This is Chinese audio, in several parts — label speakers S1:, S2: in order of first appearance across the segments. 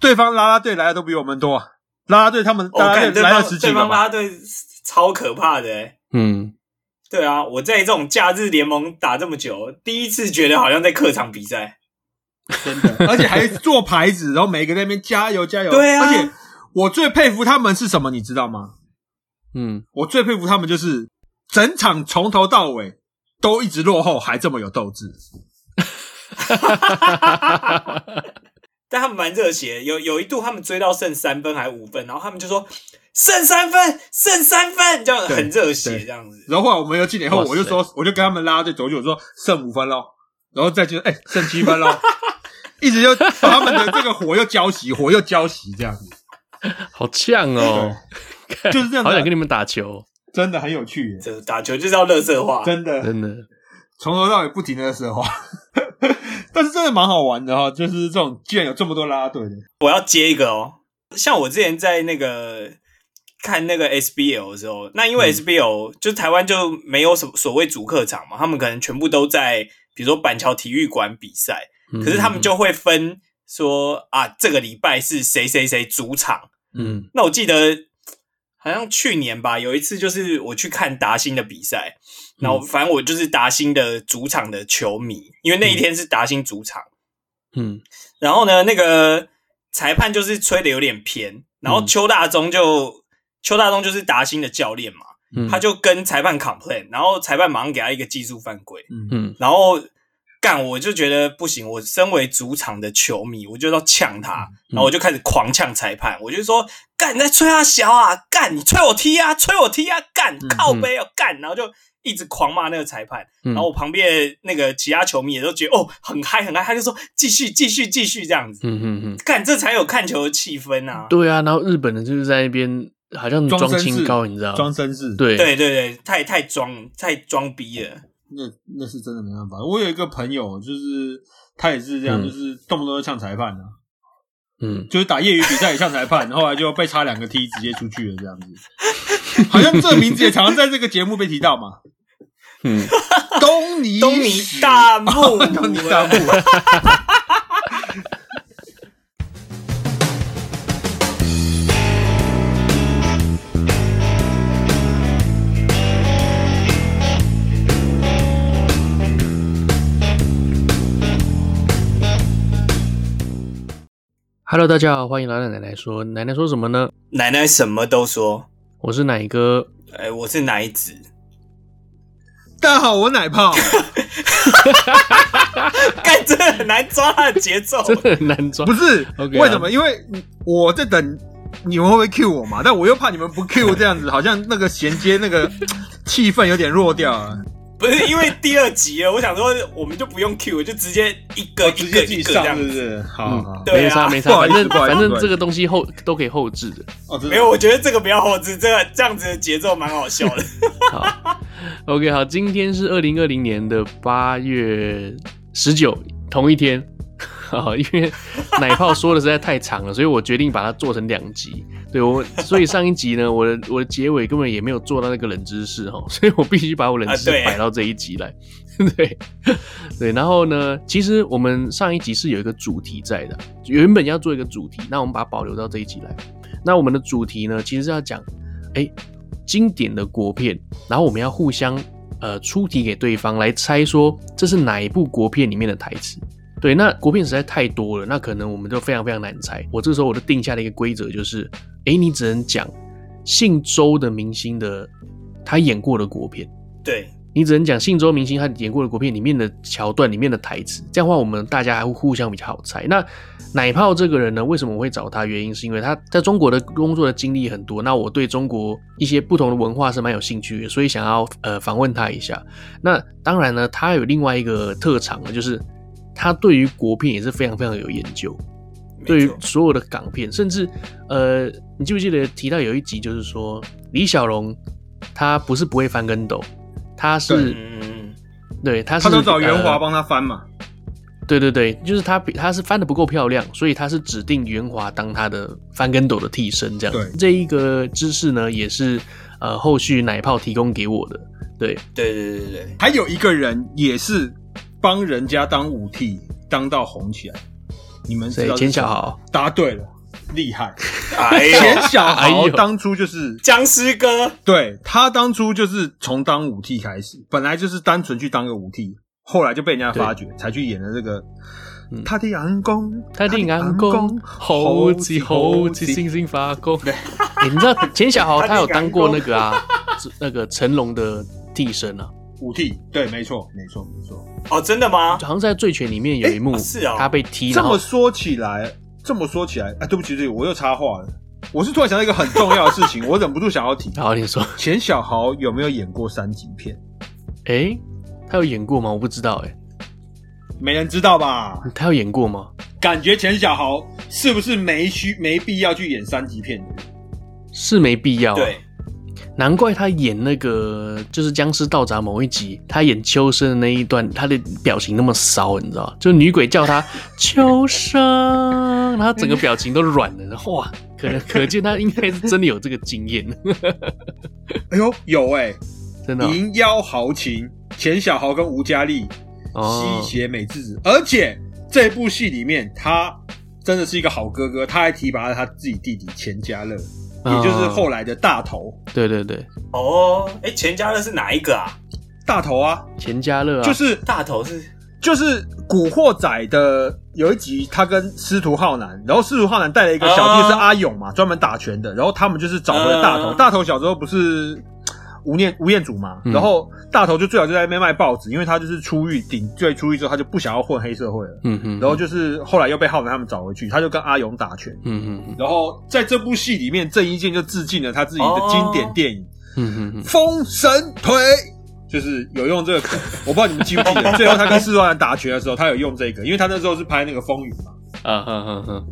S1: 对方拉拉队来的都比我们多，拉拉队他们
S2: 我
S1: 拉拉
S2: 看
S1: 队
S2: 哦对
S1: 来
S2: 方
S1: 了十几
S2: 对
S1: 个
S2: 方
S1: 吧，
S2: 拉队超可怕的、欸。
S3: 嗯，
S2: 对啊，我在这种假日联盟打这么久，第一次觉得好像在客场比赛。
S1: 真的，而且还做牌子，然后每个在那边加油加油。
S2: 对啊
S1: 而且我最佩服他们是什么，你知道吗？
S3: 嗯，
S1: 我最佩服他们就是整场从头到尾都一直落后，还这么有斗志。
S2: 但他们蛮热血，有有一度他们追到剩三分还五分，然后他们就说剩三分，剩三分，这样
S1: 对
S2: 很热血
S1: 对
S2: 这样子。
S1: 然后后来我们又进点后，
S3: 哇塞
S1: 我就说，我就跟他们拉队走就我说剩五分喽，然后再就哎、剩七分喽，一直就把他们的这个火又浇熄，火又浇熄，这样子
S3: 好呛哦，
S1: 就是这样子啊
S3: 好想跟你们打球，
S1: 真的很有趣耶，
S2: 这打球就是要乐色化，
S1: 真的
S3: 真的。
S1: 从头到尾不停的说话， 但是真的蛮好玩的哈、就是这种既然有这么多拉拉队的，
S2: 我要接一个哦，像我之前在那个看那个 SBL 的时候，那
S1: 嗯
S2: 因为 SBL、就台湾就没有什么所谓主客场嘛，他们可能全部都在比如说板桥体育馆比赛，
S3: 嗯
S2: 可是他们就会分说啊，这个礼拜是谁谁谁主场。
S3: 嗯
S2: 那我记得好像去年吧，有一次就是我去看达兴的比赛，然
S3: 嗯
S2: 后反正我就是达兴的主场的球迷，因为那一天是达兴主场。
S3: 嗯
S2: 然后呢，那个裁判就是吹的有点偏，然
S3: 嗯
S2: 后邱大中就、邱大中就是达兴的教练嘛，
S3: 嗯，
S2: 他就跟裁判 complain，然后裁判马上给他一个技术犯规，
S3: 嗯
S2: 然后干我就觉得不行，我身为主场的球迷，我就要呛
S1: 嗯
S2: 他，然后我就开始狂呛裁判，我就说干你在吹他小啊，干你吹我踢啊，吹我踢啊，干
S1: 嗯
S2: 靠背哦干，然后就一直狂骂那个裁判，
S3: 嗯，
S2: 然后我旁边那个其他球迷也都觉得哦很嗨很嗨，他就说继续继续继续这样子，
S3: 嗯嗯嗯，
S2: 干这才有看球的气氛啊！
S3: 对啊，然后日本人就是在那边好像
S1: 装
S3: 装
S1: 绅
S3: 清
S1: 士
S3: 高，你知道吗？
S1: 装绅士，，
S3: 对
S2: 对对对，太太装太装逼了，
S1: 那那是真的没办法。我有一个朋友，就是他也是这样，
S3: 嗯
S1: 就是动不动就呛裁判的、啊，
S3: 嗯，
S1: 就是打业余比赛也呛裁判，后来就被插两个踢，直接出去了这样子。好像这名字也常常在这个节目被提到嘛，
S3: 嗯，
S1: 东尼
S2: 东尼
S1: 史，
S2: 大木啊
S1: 东尼大 木，
S3: Hello，大家好，欢迎来到奶奶说。奶奶说什么呢？
S2: 奶奶什么都说，
S3: 我是奶哥，
S2: 哎，我是奶子，
S1: 大家好，我奶泡，
S2: 干这很难抓他的节奏，
S3: 真的很难 装
S1: 不。是
S3: OK 啊
S1: 为什么？因为我在等你们会不会 Q 我嘛，但我又怕你们不 Q 这样子，好像那个衔接那个气氛有点弱掉啊了。
S2: 不是因为第二集了，我想说我们就不用 Q，就直接一个一个一个这样
S1: 是不
S2: 子。
S1: 是？
S3: 嗯
S1: 好好，
S2: 对啊
S3: 没差没
S1: 不
S3: 差，
S1: 好意
S3: 反
S1: 思
S3: 正
S1: 不好意思不
S3: 反
S1: 好
S3: 正
S1: 意思
S3: 这个东西后都可以后置的。
S1: 哦，真的
S2: 没有，我觉得这个比较好吃，这个这样子的节奏蛮好笑的。
S3: 好，OK，好，今天是二零二零年的八月十九，同一天。好，因为奶泡说的实在太长了，所以我决定把它做成两集。对我，所以上一集呢，我的我的结尾根本也没有做到那个冷知识哈，所以我必须把我冷知识
S2: 啊对
S3: 摆到这一集来。 对对，然后呢，其实我们上一集是有一个主题在的，原本要做一个主题，那我们把它保留到这一集来。那我们的主题呢，其实是要讲，哎，经典的国片，然后我们要互相呃出题给对方来猜说这是哪一部国片里面的台词。对，那国片实在太多了，那可能我们就非常非常难猜。我这时候我就定下了一个规则，就是，哎，你只能讲姓周的明星的他演过的国片，
S2: 对，
S3: 你只能讲姓周明星他演过的国片里面的桥段、里面的台词。这样的话，我们大家还会互相比较好猜。那奶泡这个人呢，为什么我会找他？原因是因为他在中国的工作的经历很多，那我对中国一些不同的文化是蛮有兴趣的，所以想要呃访问他一下。那当然呢，他有另外一个特长呢，就是他对于国片也是非常非常有研究。对
S2: 没
S3: 于
S2: 错，
S3: 所有的港片，甚至呃，你记不记得提到有一集就是说李小龙他不是不会翻跟斗，他是
S2: 嗯，
S3: 对他是
S1: 他都找袁华
S3: 呃
S1: 帮他翻嘛。
S3: 对对对，就是他比他是翻的不够漂亮，所以他是指定袁华当他的翻跟斗的替身这样子。
S1: 对
S3: 这一个知识呢，也是呃后续奶泡提供给我的。对，
S2: 对对对对对，
S1: 还有一个人也是帮人家当武替，当到红起来。你们知
S3: 所以
S1: 道是
S3: 钱
S1: 谁
S3: 小豪
S1: 答对了，厉害。
S2: 哎
S1: 钱
S2: 呦，
S1: 小
S3: 哎
S1: 豪
S3: 呦
S1: 当初就是
S2: 僵尸哥，
S1: 对他当初就是从当舞替开始，本来就是单纯去当个舞替，后来就被人家发掘，才去演了这个
S3: 嗯。
S1: 他的阳光，
S3: 他的眼光猴子猴子星星发光。欸你知道钱小豪他有当过那个啊，那个成龙的替身啊，
S1: 舞替，对，没错，没错，没错。
S2: 哦，真的吗？
S3: 好像在《醉拳》里面有一幕，
S2: 欸啊是哦
S3: 他被踢，
S1: 这
S3: 然后
S1: 么说起来，这么说起来，哎，对不起，对不起，我又插话了。我是突然想到一个很重要的事 情，我忍不住想要提。
S3: 好，你说，
S1: 钱小豪有没有演过三级片？
S3: 哎、他有演过吗？我不知道、欸，
S1: 没人知道吧？
S3: 他有演过吗？
S1: 感觉钱小豪是不是没需没必要去演三级片？
S3: 是没必要、啊，
S2: 对，
S3: 难怪他演那个就是僵尸道长某一集，他演秋生的那一段，他的表情那么骚，你知道吗？就女鬼叫 他秋生，然后他整个表情都软了，然后哇，可能可见他应该是真的有这个经验，
S1: 哎呦，有哎、
S3: 真的哦、
S1: 银妖豪情，钱小豪跟吴佳丽吸
S3: 哦，
S1: 血美智子，而且这部戏里面他真的是一个好哥哥，他还提拔了他自己弟弟钱嘉乐，也就是后
S3: 来，
S1: 来的大头，
S3: 哦对对对，
S2: 哦，哎，钱嘉乐是哪一个啊？
S1: 大头啊，
S3: 钱嘉乐啊，
S1: 就是
S2: 大头是
S1: 就是《古惑仔》的有一集，他跟司徒浩南，然后司徒浩南带了一个小弟
S2: 啊
S1: 是阿勇嘛，专门打拳的，然后他们就是找回了大头。
S2: 啊
S1: 大头小时候不是吴念吴彦祖嘛，
S3: 嗯
S1: 然后大头就最早就在那边卖报纸，因为他就是出狱顶最出狱之后，他就不想要混黑社会了，
S3: 嗯哼，
S1: 然后就是后来又被浩南他们找回去，他就跟阿勇打拳。
S3: 嗯哼嗯哼
S1: 然后在这部戏里面，郑伊健就致敬了他自己的经典电影
S3: 嗯哼嗯
S1: 《封神腿》，就是有用这个梗， 我不知道你们记不记 得。最后他跟四川人打拳的时候，他有用这个，因为他那时候是拍那个《风云》嘛。
S3: 哼，啊哈哈哈，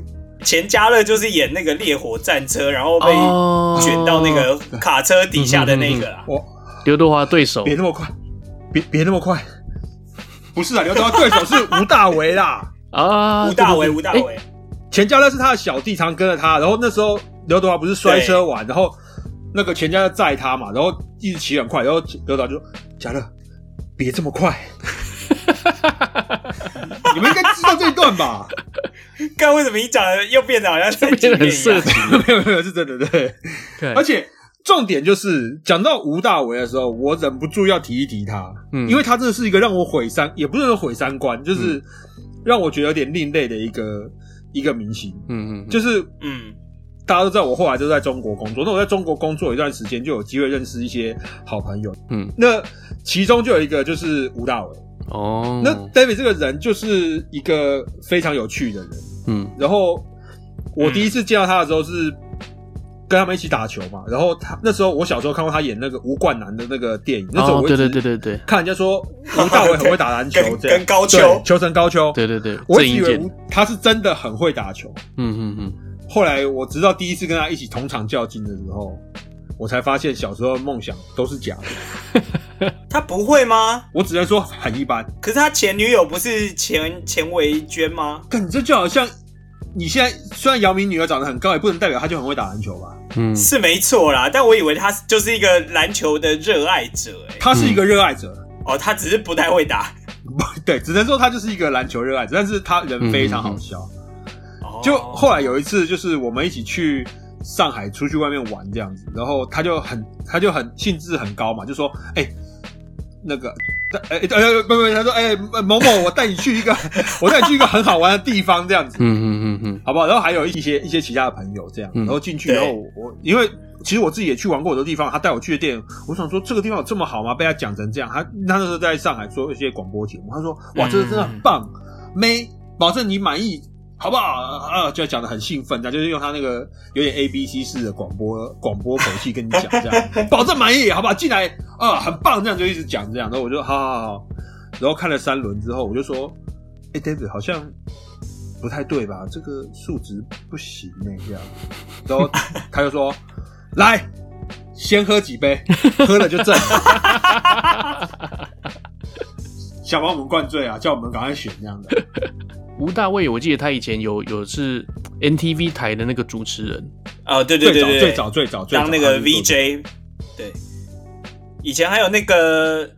S2: 钱嘉乐，就是演那个烈火战车，然后被
S3: 哦
S2: 卷到那个卡车底下的那个啊。
S1: 我
S3: 刘德华对手
S1: 别那么快，别别那么快。不是啊，刘德华对手是吴大维啦，
S3: 啊，
S2: 吴大维，
S3: 对
S2: 吴大，维，
S1: 钱嘉乐是他的小弟，常跟着他。然后那时候刘德华不是摔车完，然后那个钱嘉乐载他嘛，然后一直骑很快，然后刘德华就说：“嘉乐，别这么 快。”你们应该知道这一段吧？
S2: 刚为什么一讲又变得好像三
S3: 对
S2: 级
S3: 变得
S2: 片
S3: 很
S2: 一
S3: 色
S2: 样？
S3: 情，
S1: 没有没有，是真的对。
S3: 对
S1: 而且重点就是讲到吴大维的时候，我忍不住要提一提他，
S3: 嗯
S1: 因为他真的是一个让我毁三，也不是说毁三观，就是让我觉得有点另类的一个一个明星。
S3: 嗯嗯，
S1: 就是是
S2: 嗯，大
S1: 大家都知道，我后来就在中国工作，那我在中国工作一段时间，就有机会认识一些好朋友。
S3: 嗯
S1: 那其中就有一个就是吴大维。
S3: 哦，
S1: 那 David 这个人就是一个非常有趣的人，
S3: 嗯。
S1: 然后我第一次见到他的时候是跟他们一起打球嘛，然后他那时候我小时候看过他演那个吴冠南的那个电影，那时候
S3: 哦
S1: 我一
S3: 对
S1: 直
S3: 对对对对
S1: 看人家说吴大伟很会打篮球
S2: 跟，
S1: 这样
S2: 跟高
S1: 对
S2: 丘
S1: 球神高丘，
S3: 对对对，
S1: 我
S3: 郑
S1: 一直以
S3: 伊
S1: 为
S3: 健
S1: 吴，他是真的很会打球，
S3: 嗯嗯嗯，
S1: 后来我直到第一次跟他一起同场较劲的时候。我才发现小时候的梦想都是假的，
S2: 他不会吗？
S1: 我只能说很一般。
S2: 可是他前女友不是钱钱维娟吗？
S1: 但你这就好像你现在虽然姚明女儿长得很高，也不能代表她就很会打篮球吧？
S3: 嗯，
S2: 是没错啦，但我以为他就是一个篮球的热爱者、欸，
S1: 她是一个热爱者，
S2: 哦，他只是不太会打。
S1: 对，只能说他就是一个篮球热爱者，但是他人非常好笑。
S2: 哦
S1: 就后来有一次，就是我们一起去上海出去外面玩这样子，然后他就很他就很兴致很高嘛，就说：“哎、那个。”哎哎哎，不不，他说哎、某某，我带你去一个， 我带你去一个很好玩的地方，这样子，
S3: 嗯嗯嗯嗯
S1: 好不好？然后还有一些一些其他的朋友这样，
S3: 嗯
S1: 然后进去，
S2: 对
S1: 然后我我因为其实我自己也去玩过很多地方，他带我去的店，我想说这个地方有这么好吗？被他讲成这样，他他那时候在上海做一些广播节目，他说哇，
S2: 嗯
S1: 这个真的很棒，妹，保证你满意。好不好？啊，就讲的很兴奋，这样就是用他那个有点 A B C 式的广播广播口气跟你讲这样，保证满意，好不好？进来啊，很棒，这样就一直讲这样，然后我就好好好，然后看了三轮之后，我就说，哎、d a v i d 好像不太对吧？这个数值不行呢、这样。然后他就说：“来，先喝几 杯，喝了就正。”想把我们灌醉啊，叫我们赶快选这样的。
S3: 吴大卫，我记得他以前有有是 NTV 台的那个主持人，
S2: 哦，对对对对，
S1: 最早最早最早
S2: 当那个 VJ，对，以前还有那个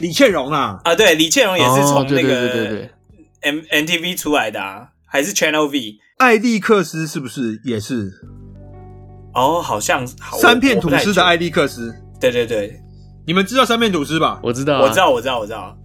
S1: 李倩蓉啊，
S2: 啊，对，李倩蓉也是
S3: 哦
S2: 从
S3: 对
S2: 那
S3: 对对对
S2: 个
S3: 对，
S2: M NTV 出来的啊，还是 Channel V，
S1: 艾利克斯是不是也是
S2: 哦，好像好
S1: 三片吐司的，
S2: 我
S1: 艾利克斯？
S2: 我不太对对对，
S1: 你们知道三片吐司吧？
S3: 我知道、啊，
S2: 我知，道我知道我知道，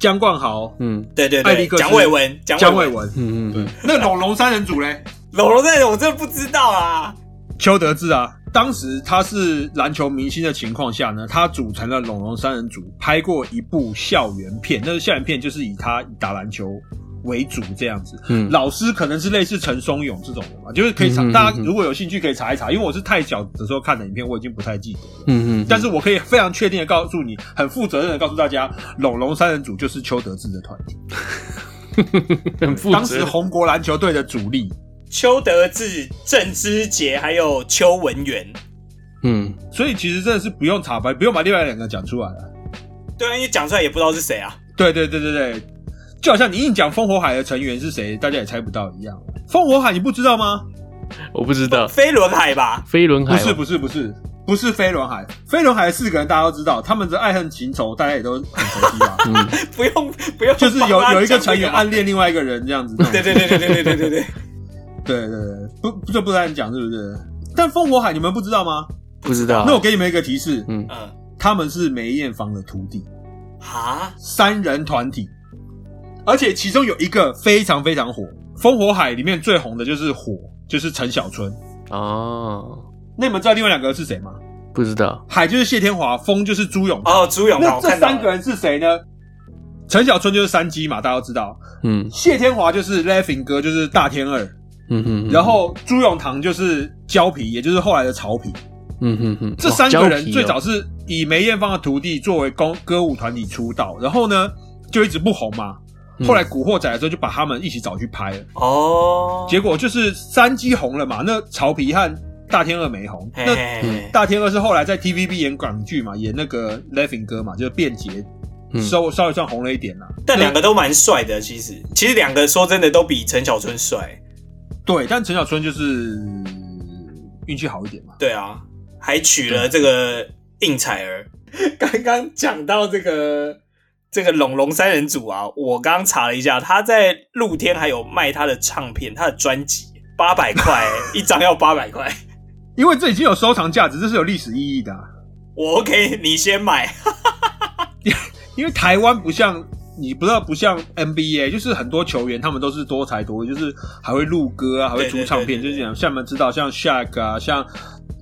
S1: 姜冠豪、
S3: 嗯
S2: 对对
S1: 艾利
S2: 对，
S1: 克斯
S2: 蒋伟文，蒋
S1: 姜
S2: 伟
S1: 伟
S2: 文，
S1: 文，
S3: 嗯嗯，
S1: 那龙龙三人组嘞？
S2: 龙龙在我真的不知道啊，
S1: 邱德志啊，当时他是篮球明星的情况下呢，他组成了龙龙三人组，拍过一部校园片。那个校园片就是以他打篮球为主这样子。
S3: 嗯
S1: 老师可能是类似陈松勇这种的嘛，就是可以查。
S3: 嗯嗯嗯
S1: 大家如果有兴趣可以查一查，因为我是太小的时候看的影片，我已经不太记得了。
S3: 嗯嗯，
S1: 但是我可以非常确定的告诉你，很负责任的告诉大家，龙龙三人组就是邱德志的团体，
S3: 很负责，
S1: 当时红国篮球队的主力。
S2: 邱德志、郑之杰还有邱文元，
S3: 嗯，
S1: 所以其实真的是不用查吧，不用把另外两个讲出来了。
S2: 对啊，因为讲出来也不知道是谁啊，
S1: 对对对对对，就好像你硬讲烽火海的成员是谁，大家也猜不到一样。烽火海你不知道吗？
S3: 我不知道，
S2: 飞轮海吧，
S3: 飞轮海哦
S1: 不
S3: 吧
S1: 是不是不是不是飞轮海，飞轮海四个人大家都知道，他们的爱恨情仇大家也都很熟悉 吧？
S3: 嗯
S2: 不用不用帮他讲这个
S1: 就
S2: 吧，
S1: 是有有一个成员啊暗恋另外一个人这样子。
S2: 对，对对对对对对对 对，
S1: 对对对，不不这不让你讲是不是？但烽火海你们不知道吗？
S3: 不知
S2: 啊
S3: 道，啊
S1: 那我给你们一个提示，
S3: 嗯
S2: 嗯，
S1: 他们是梅艳芳的徒弟，
S2: 哈，
S1: 三人团体，而且其中有一个非常非常火，烽火海里面最红的就是火，就是陈小春。
S3: 哦，
S1: 那你们知道另外两个是谁吗？
S3: 不知道，
S1: 海就是谢天华，风就是朱永。
S2: 哦，朱永
S1: 那
S2: 豪，
S1: 这
S2: 看到了
S1: 三个人是谁呢？陈小春就是山鸡嘛，大家都知道。
S3: 嗯
S1: 谢天华就是 Laughing 哥，就是大天二。
S3: 嗯嗯，
S1: 然后朱永棠就是胶皮，也就是后来的曹皮。
S3: 嗯嗯嗯，
S1: 这三个人最早是以梅艳芳的徒弟作为公歌舞团体出道，然后呢就一直不红嘛。
S2: 嗯
S3: 嗯
S1: 后来《古惑仔》的时候就把他们一起找去拍了，
S2: 哦，
S1: 结果就是山鸡红了嘛，那曹皮和大天二没红，
S2: 嘿
S1: 那
S2: 嘿
S3: 嗯
S2: 嘿
S1: 大天二是后来在 TVB 演港剧嘛，演那个 Laughing 哥嘛，就是便捷，
S3: 嗯
S1: 稍稍微算红了一点啦。
S2: 但两个都蛮帅的，其实其实两个说真的都比陈小春帅，
S1: 对，但陈小春就是运气好一点嘛。
S2: 对啊，还娶了这个应采儿。 刚刚讲到这个这个龙龙三人组啊，我刚刚查了一下，他在露天还有卖他的唱片，他的专辑八百 块一张，要八百块。
S1: 因为这已经有收藏价值，这是有历史意义的啊、
S2: 我 OK，你先买。
S1: 因为台湾不像你不知道不像 NBA，就是很多球员他们都是多才多艺，就是还会录歌啊，还会出唱片，
S2: 对对对对对
S1: 就是像你们知道像 Shaq 啊，像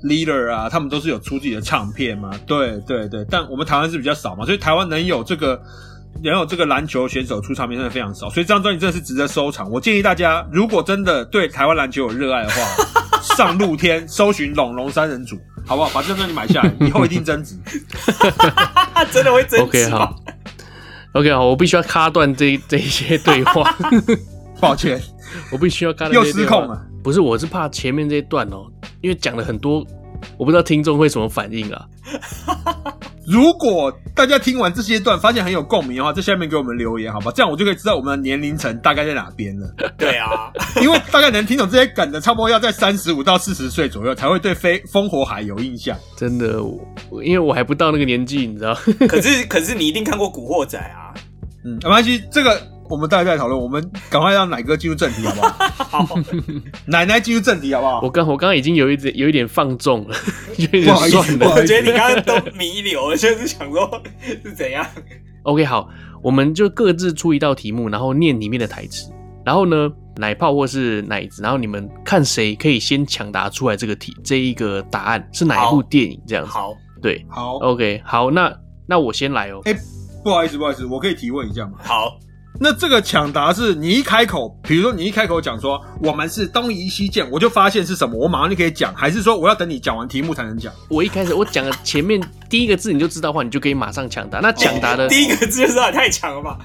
S1: Leader 啊，他们都是有出自己的唱片嘛。对对对，但我们台湾是比较少嘛，所以台湾能有这个。能有这个篮球选手出唱片真的非常少，所以这张专辑真的是值得收藏。我建议大家，如果真的对台湾篮球有热爱的 话，上露天搜寻“龙龙三人组”，好不好？把这张专辑买下来，以后一定增值。
S2: 他真的会增
S3: OK
S2: 值
S3: 好
S2: 吗？
S3: OK 好，我必须要卡断这这一些对话，
S1: 抱 歉，
S3: 我必须要卡断，
S1: 又失控。了。
S3: 不是，我是怕前面这一段哦，因为讲了很多，我不知道听众会什么反应啊。
S1: 如果大家听完这些段发现很有共鸣的话，在下面给我们留言，好吧？这样我就可以知道我们的年龄层大概在哪边 了。
S2: 对啊，
S1: 因为大概能听懂这些梗的，差不多要在三十五到四十岁左右才会对飞烽火海有印象。
S3: 真的，我我因为我还不到那个年纪，你知道？
S2: 可是可是你一定看过《古惑仔》 啊。
S1: 嗯，没关系，这个我们大家再讨论。我们赶快让奶哥进入正题，好不好？
S2: 好，
S1: 奶奶进入正题，好不好
S3: 我？刚我刚刚已经有一点有一点放纵了，有一
S1: 不
S3: 点
S1: 好意思
S3: 算
S1: 不好
S3: 了
S1: 意。
S2: 我觉得你刚刚都迷流了，就是想说 是怎样？
S3: OK，好，我们就各自出一道题目，然后念里面的台词，然后呢，奶泡或是奶子，然后你们看谁可以先抢答出来这个题这一个答案是哪一部
S2: 好
S3: 电影这样子。
S2: 好
S3: 对
S1: 好，
S3: ，OK，好，那那我先来哦。
S1: 哎不好意思，不好意思，我可以提问一下吗？
S2: 好，
S1: 那这个抢答是你一开口，比如说你一开口讲说我们是东夷西涧，我就发现是什么，我马上就可以讲，还是说我要等你讲完题目才能讲？
S3: 我一开始我讲了前面第一个字你就知道的话，你就可以马上抢答。那抢答的
S2: 第一个字就是啊太强了吧？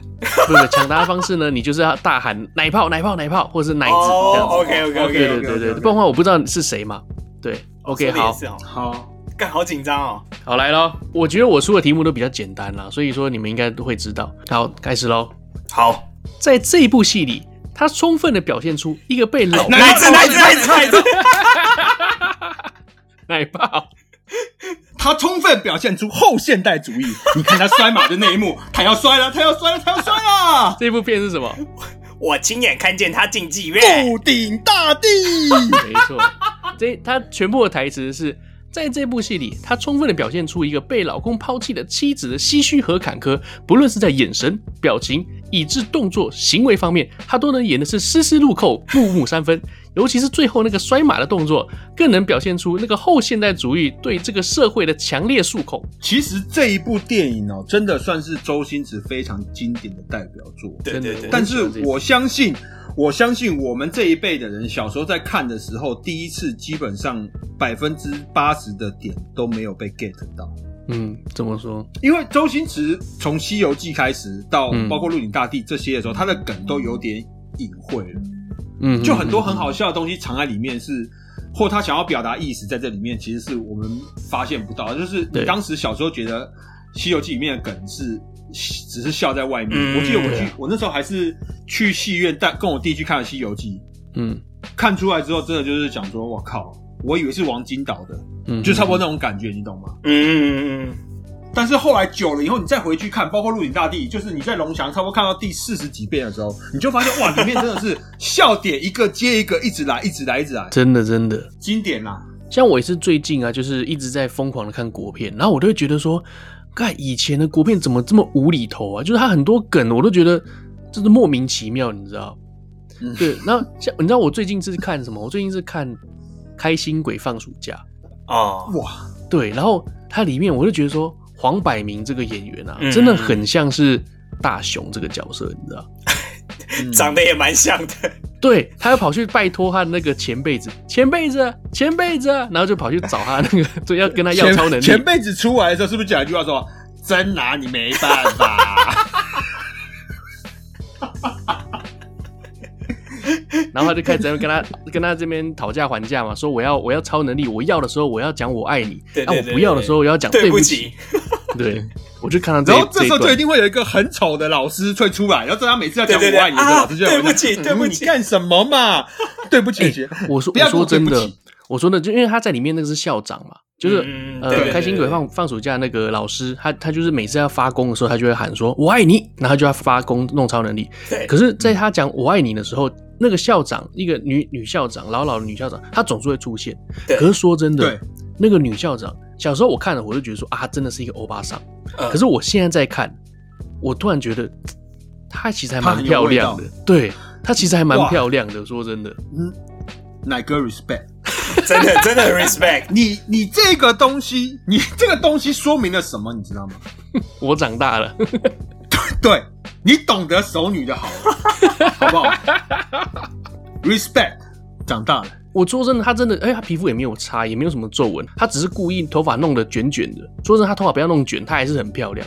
S3: 不是抢答的方式呢，你就是要大喊奶泡奶泡奶泡，或者是奶子
S2: 哦
S3: 这样
S2: OK
S3: 子。
S2: OK
S3: 对
S2: OK，
S3: 对
S1: OK，OK，OK，OK
S3: 对对对，不然的话我不知道是谁嘛。对，OK，好，
S1: 好，
S2: 哦干好紧张哦。
S3: 好来喽。我觉得我出的题目都比较简单啦，所以说你们应该都会知道。好，开始喽。
S2: 好，
S3: 在这一部戏里，他充分的表现出一个被 老
S1: 奶
S2: 来自来自来自来自，
S3: 奶泡，
S1: 他充分表现出后现代主义。你看他摔马的那一幕，他要摔了，他要摔了，他要摔了。
S3: 这部片是什么？
S2: 我亲眼看见他进妓院。
S1: 不顶大地。
S3: 没错，这他全部的台词是在这部戏里，他充分的表现出一个被老公抛弃的妻子的唏嘘和坎坷，不论是在眼神、表情，以至动作、行为方面，他都能演的是丝丝入扣、步步三分。尤其是最后那个摔马的动作，更能表现出那个后现代主义对这个社会的强烈诉求。
S1: 其实这一部电影哦，真的算是周星驰非常经典的代表作。
S2: 对
S3: 真的
S2: 对对，
S1: 但
S3: 喜
S1: 是
S3: 欢这一部
S1: 我相信，我相信我们这一辈的人小时候在看的时候，第一次基本上百分之八十的点都没有被 get 到，
S3: 嗯，怎么说？
S1: 因为周星驰从《西游记》开始到
S3: 嗯
S1: 包括《鹿鼎大帝》这些的时候，他的梗都有点隐晦了，
S3: 嗯，
S1: 就很多很好笑的东西藏在里面是。或他想要表达意思，在这里面其实是我们发现不到的，就是你
S3: 对
S1: 当时小时候觉得《西游记》里面的梗是只是笑在外面。
S2: 嗯
S1: 我记得我
S3: 对
S1: 去
S3: 啊，
S1: 我那时候还是去戏院带跟我弟去看了《西游记》，
S3: 嗯，
S1: 看出来之后，真的就是讲说，我靠，我以为是王金岛的，
S3: 嗯，
S1: 就差不多那种感觉，你懂吗？
S2: 嗯嗯嗯
S1: 但是后来久了以后，你再回去看，包括《鹿鼎大帝》，就是你在龙翔差不多看到第四十几遍的时候，你就发现哇，里面真的是笑点一个接一个，一直来，一直来，一直来，
S3: 真的真的。
S1: 经典啦！
S3: 像我也是最近啊，就是一直在疯狂的看国片，然后我都会觉得说，看以前的国片怎么这么无厘头啊？就是它很多梗我都觉得就是莫名其妙，你知道
S1: 嗯？
S3: 对，然后像你知道我最近是看什么？我最近是看《开心鬼放暑假
S2: 哦，
S1: 哇，》，
S3: 对，然后它里面我就觉得说，黄百鸣这个演员啊，
S2: 嗯
S3: 真的很像是大雄这个角色，你知道？
S1: 嗯
S2: 长得也蛮像的。
S3: 对，他又跑去拜托他的那个前辈子，前辈子，前辈子，啊然后就跑去找他 那个，对，要跟他要超
S1: 前
S3: 能力。
S1: 前辈子出来的时候，是不是讲一句话说，真拿你没办 法？啊
S3: 然后他就开始在那边跟他跟他这边讨价还价嘛，说我要我要超能力，我要的时候我要讲我爱你，
S2: 对
S3: 那
S2: 对
S3: 我
S2: 对
S3: 不要的时候我要讲
S2: 对
S3: 不
S2: 不
S3: 起。
S2: 起，
S3: 对，我就看到这
S1: 然后这
S3: 一
S1: 时候就一
S3: 段，
S1: 定会有一个很丑的老师会出来，然后他每次要
S2: 对
S1: 讲
S2: 对
S1: 我
S2: 对
S1: 爱你的时候，
S2: 啊
S1: 老师就会
S2: 对不起
S1: 嗯
S2: 对不
S1: 你
S2: 起哎
S1: 干什么 嘛？对不起，
S3: 我说
S1: 不
S3: 我
S1: 要跟
S3: 说
S1: 我对
S3: 真
S1: 不
S3: 的
S1: 起，
S3: 我说呢，就因为他在里面那个是校长嘛，就是。
S2: 嗯对对
S3: 呃，
S2: 对
S3: 开心鬼放放暑假那个老师，他他就是每次要发功的时候，他就会喊说“我爱你”，然后他就要发功弄超能力。
S2: 对，
S3: 可是，在他讲“我爱你”的时候，那个校长，一个女女校长，老老的女校长，她总是会出现。
S2: 对
S3: 可是说真的
S1: 对，
S3: 那个女校长，小时候我看了，我就觉得说啊，她真的是一个欧巴桑。
S2: 嗯
S3: 可是我现在在看，我突然觉得嘖她其实还
S1: 她
S3: 蛮
S1: 很有
S3: 漂
S1: 味
S3: 亮
S1: 道
S3: 的，对她其实还蛮
S1: 哇
S3: 漂亮的。说真的，
S1: 嗯，奶哥 respect。
S2: 真的真的 respect。
S1: 你你这个东西，你这个东西说明了什么？你知道吗？
S3: 我长大了，
S1: 对你懂得熟女的 好，好不好？Respect，长大了，
S3: 我说真的，她真的，哎、她皮肤也没有差，也没有什么皱纹，她只是故意头发弄得卷卷的。说真的，她头发不要弄卷，她还是很漂亮。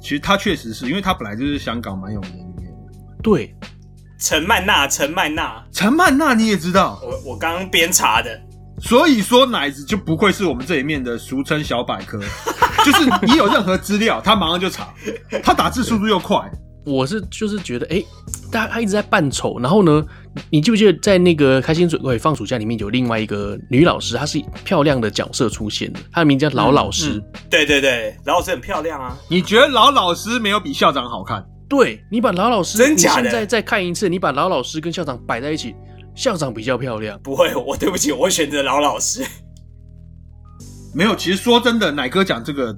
S1: 其实她确实是因为她本来就是香港蛮有名的女演员。
S3: 对，
S2: 陈曼娜，陈曼娜，
S1: 陈曼娜你也知道，
S2: 我我刚刚边查的，
S1: 所以说奶子就不愧是我们这里面的俗称小百科， 就是你有任何资料，她马上就查，她打字速度又快。
S3: 我是就是觉得，哎、大家他一直在扮丑，然后呢，你你记不记得在那个《开心水鬼放暑假》里面有另外一个女老师，她是漂亮的角色出现的，她的名字叫老老师。
S1: 嗯
S2: 对对对，然后是很漂亮啊，
S1: 你觉得老老师没有比校长好看？
S3: 对你把老老师，
S2: 真假的
S3: 你现在再看一次，你把老老师跟校长摆在一起，校长比较漂亮。
S2: 不会，我对不起，我会选择老老师。
S1: 没有，其实说真的，奶哥讲这个，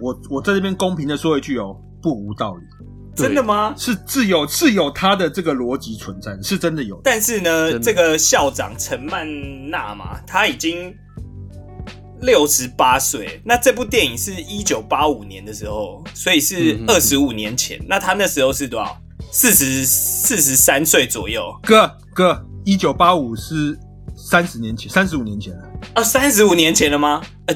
S1: 我我在这边公平的说一句哦，不无道理，
S3: 对
S2: 真的吗？
S1: 是自有是有他的这个逻辑存在，是真的有的。
S2: 但是呢，
S3: 真的
S2: 这个校长陈曼娜嘛，她已经六十八岁。那这部电影是一九八五年的时候，所以是
S3: 嗯嗯
S2: 二十五年前。那她那时候是多少？四十四十三岁左右
S1: 哥哥，一九八五是三十年前，三十五年前了，
S2: 啊，三十五年前了吗？呃，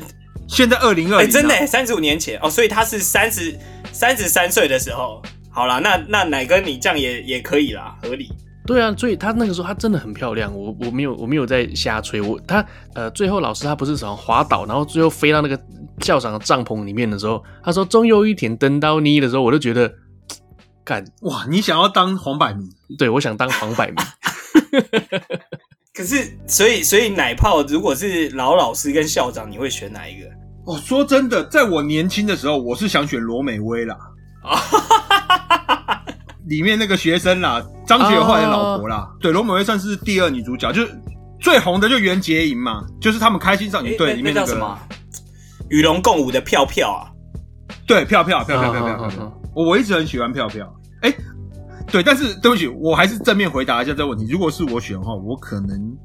S1: 现在二零二
S3: 啊
S2: 哎、
S1: 零，
S2: 真的，三十五年前哦，所以她是三十三十三岁的时候。好啦，那那奶哥你这样也也可以啦，合理。
S3: 对啊，所以她那个时候她真的很漂亮，我我没有我没有在瞎吹，我她呃最后老师她不是什么滑倒，然后最后飞到那个校长的帐篷里面的时候，她说终有一天等到你的时候，我就觉得，嘖干，
S1: 哇，你想要当黄百鸣？
S3: 对我想当黄百鸣，
S2: 可是，所以所以奶泡如果是老老师跟校长，你会选哪一个？
S1: 哦，说真 的，在我年轻的时候，我是想选罗美薇啦。里面那个学生啦，张学友后来的老婆
S2: 哦
S1: 啦，对，罗美薇算是第二女主角，就是最红的就袁洁莹嘛，就是他们开心少女
S2: 诶
S1: 队
S2: 那
S1: 里面
S2: 那叫
S1: 个
S2: 什么啊？与龙共舞的票票啊，
S1: 对，票票票票票票
S2: 嗯
S3: 啊啊
S1: 票
S3: 啊
S1: 票，我我一直很喜欢票票。哎、对，但是对不起，我还是正面回答一下这个问题。如果是我选的话，我可能，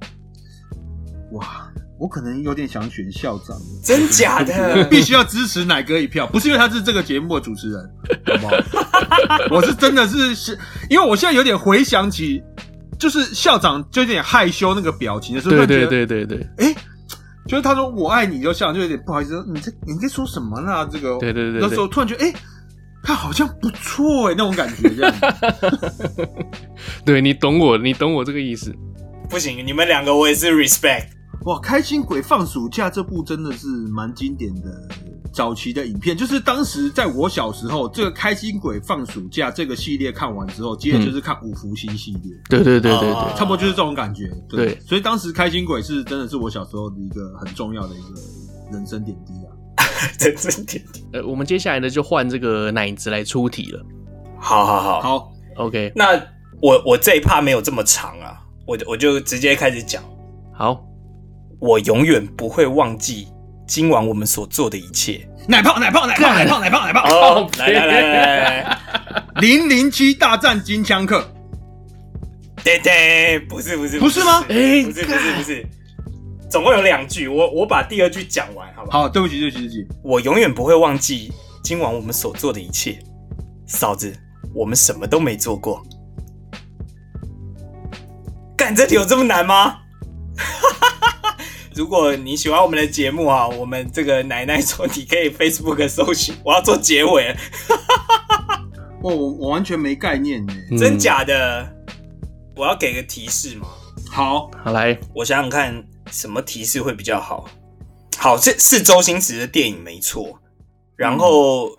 S1: 哇，我可能有点想选校长，
S2: 真假的？
S1: 必须要支持奶哥一票，不是因为他是这个节目的主持 人，好不好？我是真的是是，因为我现在有点回想起，就是校长就有点害羞那个表情的时候，
S3: 对
S1: 就觉
S3: 对
S1: 得
S3: 对对对
S1: 就是他说“我爱你”，就像就有点不好意思，你这你在说什么啦？这个
S3: 对对对对
S1: 那时候突然觉得，哎、他好像不错哎、那种感觉这样。
S3: 对，你懂我，你懂我这个意思。
S2: 不行，你们两个我也是 respect。
S1: 哇，《开心鬼放暑假》这部真的是蛮经典的早期的影片，就是当时在我小时候，这个《开心鬼放暑假》这个系列看完之后，接着就是看五福星系列。
S3: 对对对对
S2: 啊
S1: 差不多就是这种感觉，对，
S3: 嗯对
S1: 所以当时开心鬼是真的是我小时候的一个很重要的一个人生点滴啊。
S2: 真真点点。
S3: 对，呃，我们接下来呢就换这个奶子来出题了。
S2: 好好好，
S1: 好，
S3: OK，
S2: 那我我这一趴没有这么长啊，我我就直接开始讲。
S3: 好，
S2: 我永远不会忘记今晚我们所做的一切。
S1: 奶泡奶泡奶泡奶泡奶泡奶泡，
S2: 哦
S3: 哦，
S2: 来来来来来来，
S1: 零零七大战金枪客，
S2: 对对，不是不是
S1: 不是吗
S3: 哎
S2: 不是不是不是，总共有两句，我我把第二句讲完，好不好？
S1: 好，对不起，对不起，对不起，
S2: 我永远不会忘记今晚我们所做的一切。嫂子，我们什么都没做过。干，这题有这么难吗？ 如果你喜欢我们的节目啊，我们这个奶奶说你可以 Facebook 搜寻，我要做结尾了，
S1: 我哦我我完全没概念耶。
S3: 嗯
S2: 真假的？我要给个提示吗？
S1: 好，
S3: 好来，
S2: 我想想看什么提示会比较好。好，这是周星驰的电影没错。然后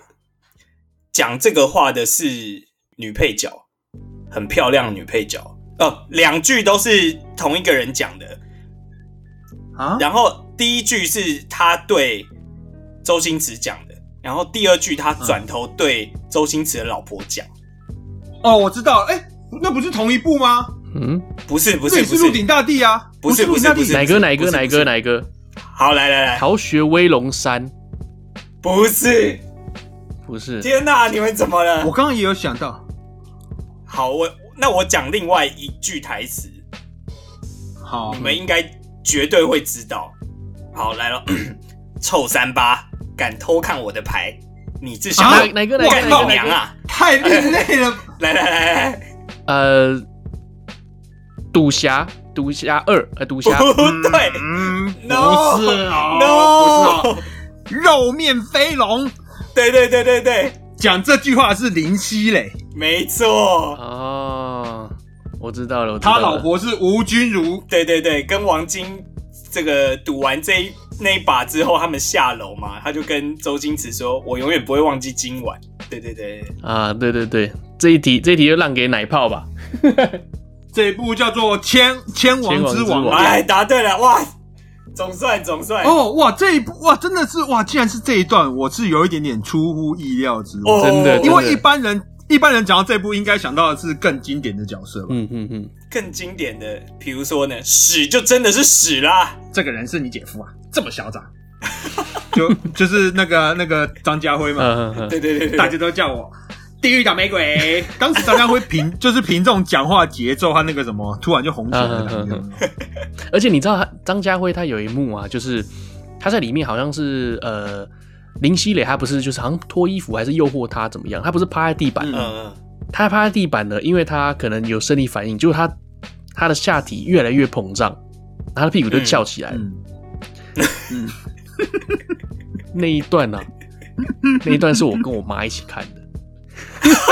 S2: 讲这个话的是女配角，很漂亮的女配角。哦，两句都是同一个人讲的。
S1: 啊，
S2: 然后第一句是他对周星驰讲的，然后第二句他转头对周星驰的老婆讲。
S1: 哦，我知道，哎、那不是同一部吗？
S3: 嗯，
S2: 不是不
S1: 这
S2: 是
S1: 也
S2: 不
S1: 是
S2: 是
S1: 鹿鼎大帝啊，
S2: 不是
S1: 鹿鼎大
S2: 不
S1: 帝
S2: 是
S3: 哪个哪个
S2: 不是
S3: 哪
S2: 不
S3: 个
S2: 是
S3: 哪个？
S2: 好，来来来，
S3: 逃学威龙三
S2: 不是。
S3: 不是？
S2: 天哪，你们怎么了？
S1: 我刚刚也有想到，
S2: 好，我那我讲另外一句台词，
S1: 好
S2: 你，们应该绝对会知道。好，来了，臭三八，敢偷看我的牌，你是想
S1: 啊
S3: 哪哪个哪个
S2: 干
S3: 哪
S2: 老
S3: 个哪
S2: 娘
S3: 个？
S2: 啊？
S1: 太另类了。
S2: 来来来来来，
S3: 呃，赌侠，赌侠二，呃，赌 侠
S1: 哦
S2: 不对
S1: 嗯，不
S2: ，no
S1: 是哦
S2: no，
S1: 不是哦肉面飞龙
S2: 对对对对对，
S1: 讲这句话是林熙蕾，
S2: 没错，
S3: 哦，我知道了，我知道
S1: 他
S3: 了
S1: 老婆是吴君如，
S2: 对对对，跟王晶这个赌完这一那一把之后，他们下楼嘛，他就跟周星驰说：“我永远不会忘记今晚。”对对对，
S3: 啊，对对对，这一题这一题就让给奶泡吧。
S1: 这一部叫做《千千王之
S3: 千王
S1: 王
S3: 之》王
S2: 哎，答对了，哇，总算总算
S1: 哦，哇，这一部哇，真的是哇，竟然是这一段，我是有一点点出乎意料之外，
S2: 哦
S3: 真的
S1: 因为一般人一般人讲到这一部，应该想到的是更经典的角色吧？
S3: 嗯嗯嗯，
S2: 更经典的，比如说呢，屎就真的是屎啦，
S1: 这个人是你姐夫啊，这么嚣张， 就就是那个那个张家辉嘛，
S3: 嗯嗯
S2: 对对对对
S1: 大
S2: 对，
S1: 家都叫我地狱倒霉鬼。当时张家辉凭 就是凭这种讲话节奏和那个什么，突然就红起来的感
S3: 嗯嗯嗯
S1: 觉。
S3: 嗯，而且你知道他张家辉他有一幕啊，就是他在里面好像是呃。林熙蕾，他不是就是好像脱衣服还是诱惑他怎么样？他不是趴在地板，
S1: 嗯
S2: 嗯
S3: 他趴在地板呢，因为他可能有生理反应，就是他他的下体越来越膨胀，他的屁股就翘起来了。
S1: 嗯嗯，
S3: 那一段 呢、啊，那一段是我跟我妈一起看 的。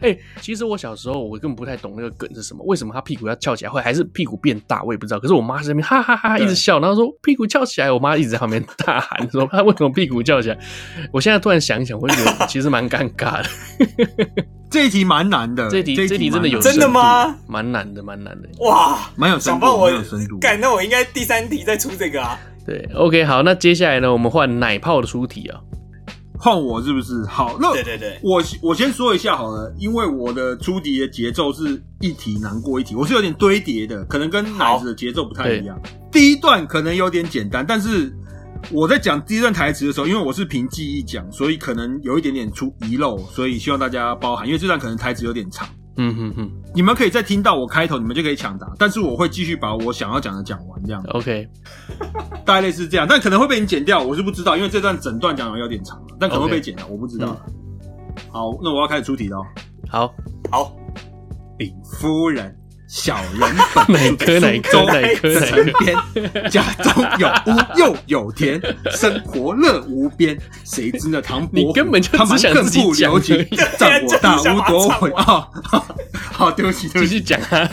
S3: 哎、其实我小时候我根本不太懂那个梗是什么，为什么他屁股要翘起来，或还是屁股变大，我也不知道。可是我妈在那边哈哈哈哈
S1: 对
S3: 一直笑，然后说屁股翘起来，我妈一直在旁边大喊 说她为什么屁股翘起来。我现在突然想一想，我会觉得其实蛮尴尬的，
S1: 这一题蛮难的，
S3: 这一题这一题真的有
S1: 蛮
S2: 真的吗？
S3: 蛮难的，蛮难的。
S2: 哇，
S1: 蛮有深
S2: 想
S1: 度
S2: 不到我
S1: 蛮有深度
S2: 干，那我应该第三题再出这个啊，
S3: 对，OK，好，那接下来呢，我们换奶泡的出题啊。
S1: 难换我是不是？好，那
S2: 对对对，
S1: 我我先说一下好了，因为我的出题的节奏是一题难过一题，我是有点堆叠的，可能跟奶子的节奏不太一样。第一段可能有点简单，但是我在讲第一段台词的时候，因为我是凭记忆讲，所以可能有一点点出遗漏，所以希望大家包涵，因为这段可能台词有点长。
S3: 嗯哼哼
S1: 你们可以在听到我开头，你们就可以抢答，但是我会继续把我想要讲的讲完，这样
S3: ，OK，
S1: 大概类似这样，但可能会被你剪掉，我是不知道，因为这段整段讲的有点长了，但可能会
S3: OK
S1: 被剪掉，我不知道。好，那我要开始出题了哦。
S3: 好，
S2: 好，
S1: 禀夫人，小人本
S3: 哪颗哪颗哪颗哪
S1: 城
S3: 颗？
S1: 边，家中有屋又有田，生活乐无边。谁知那唐伯虎
S3: 你根本就
S1: 他
S3: 只
S1: 们
S3: 想
S1: 更
S3: 自己
S1: 不
S3: 讲
S1: 留情
S3: 而已，
S1: 战我大
S2: 对啊
S1: 巫夺回
S2: 就是想把
S1: 啊！好，对不起，对
S3: 继
S1: 不起
S3: 续讲啊。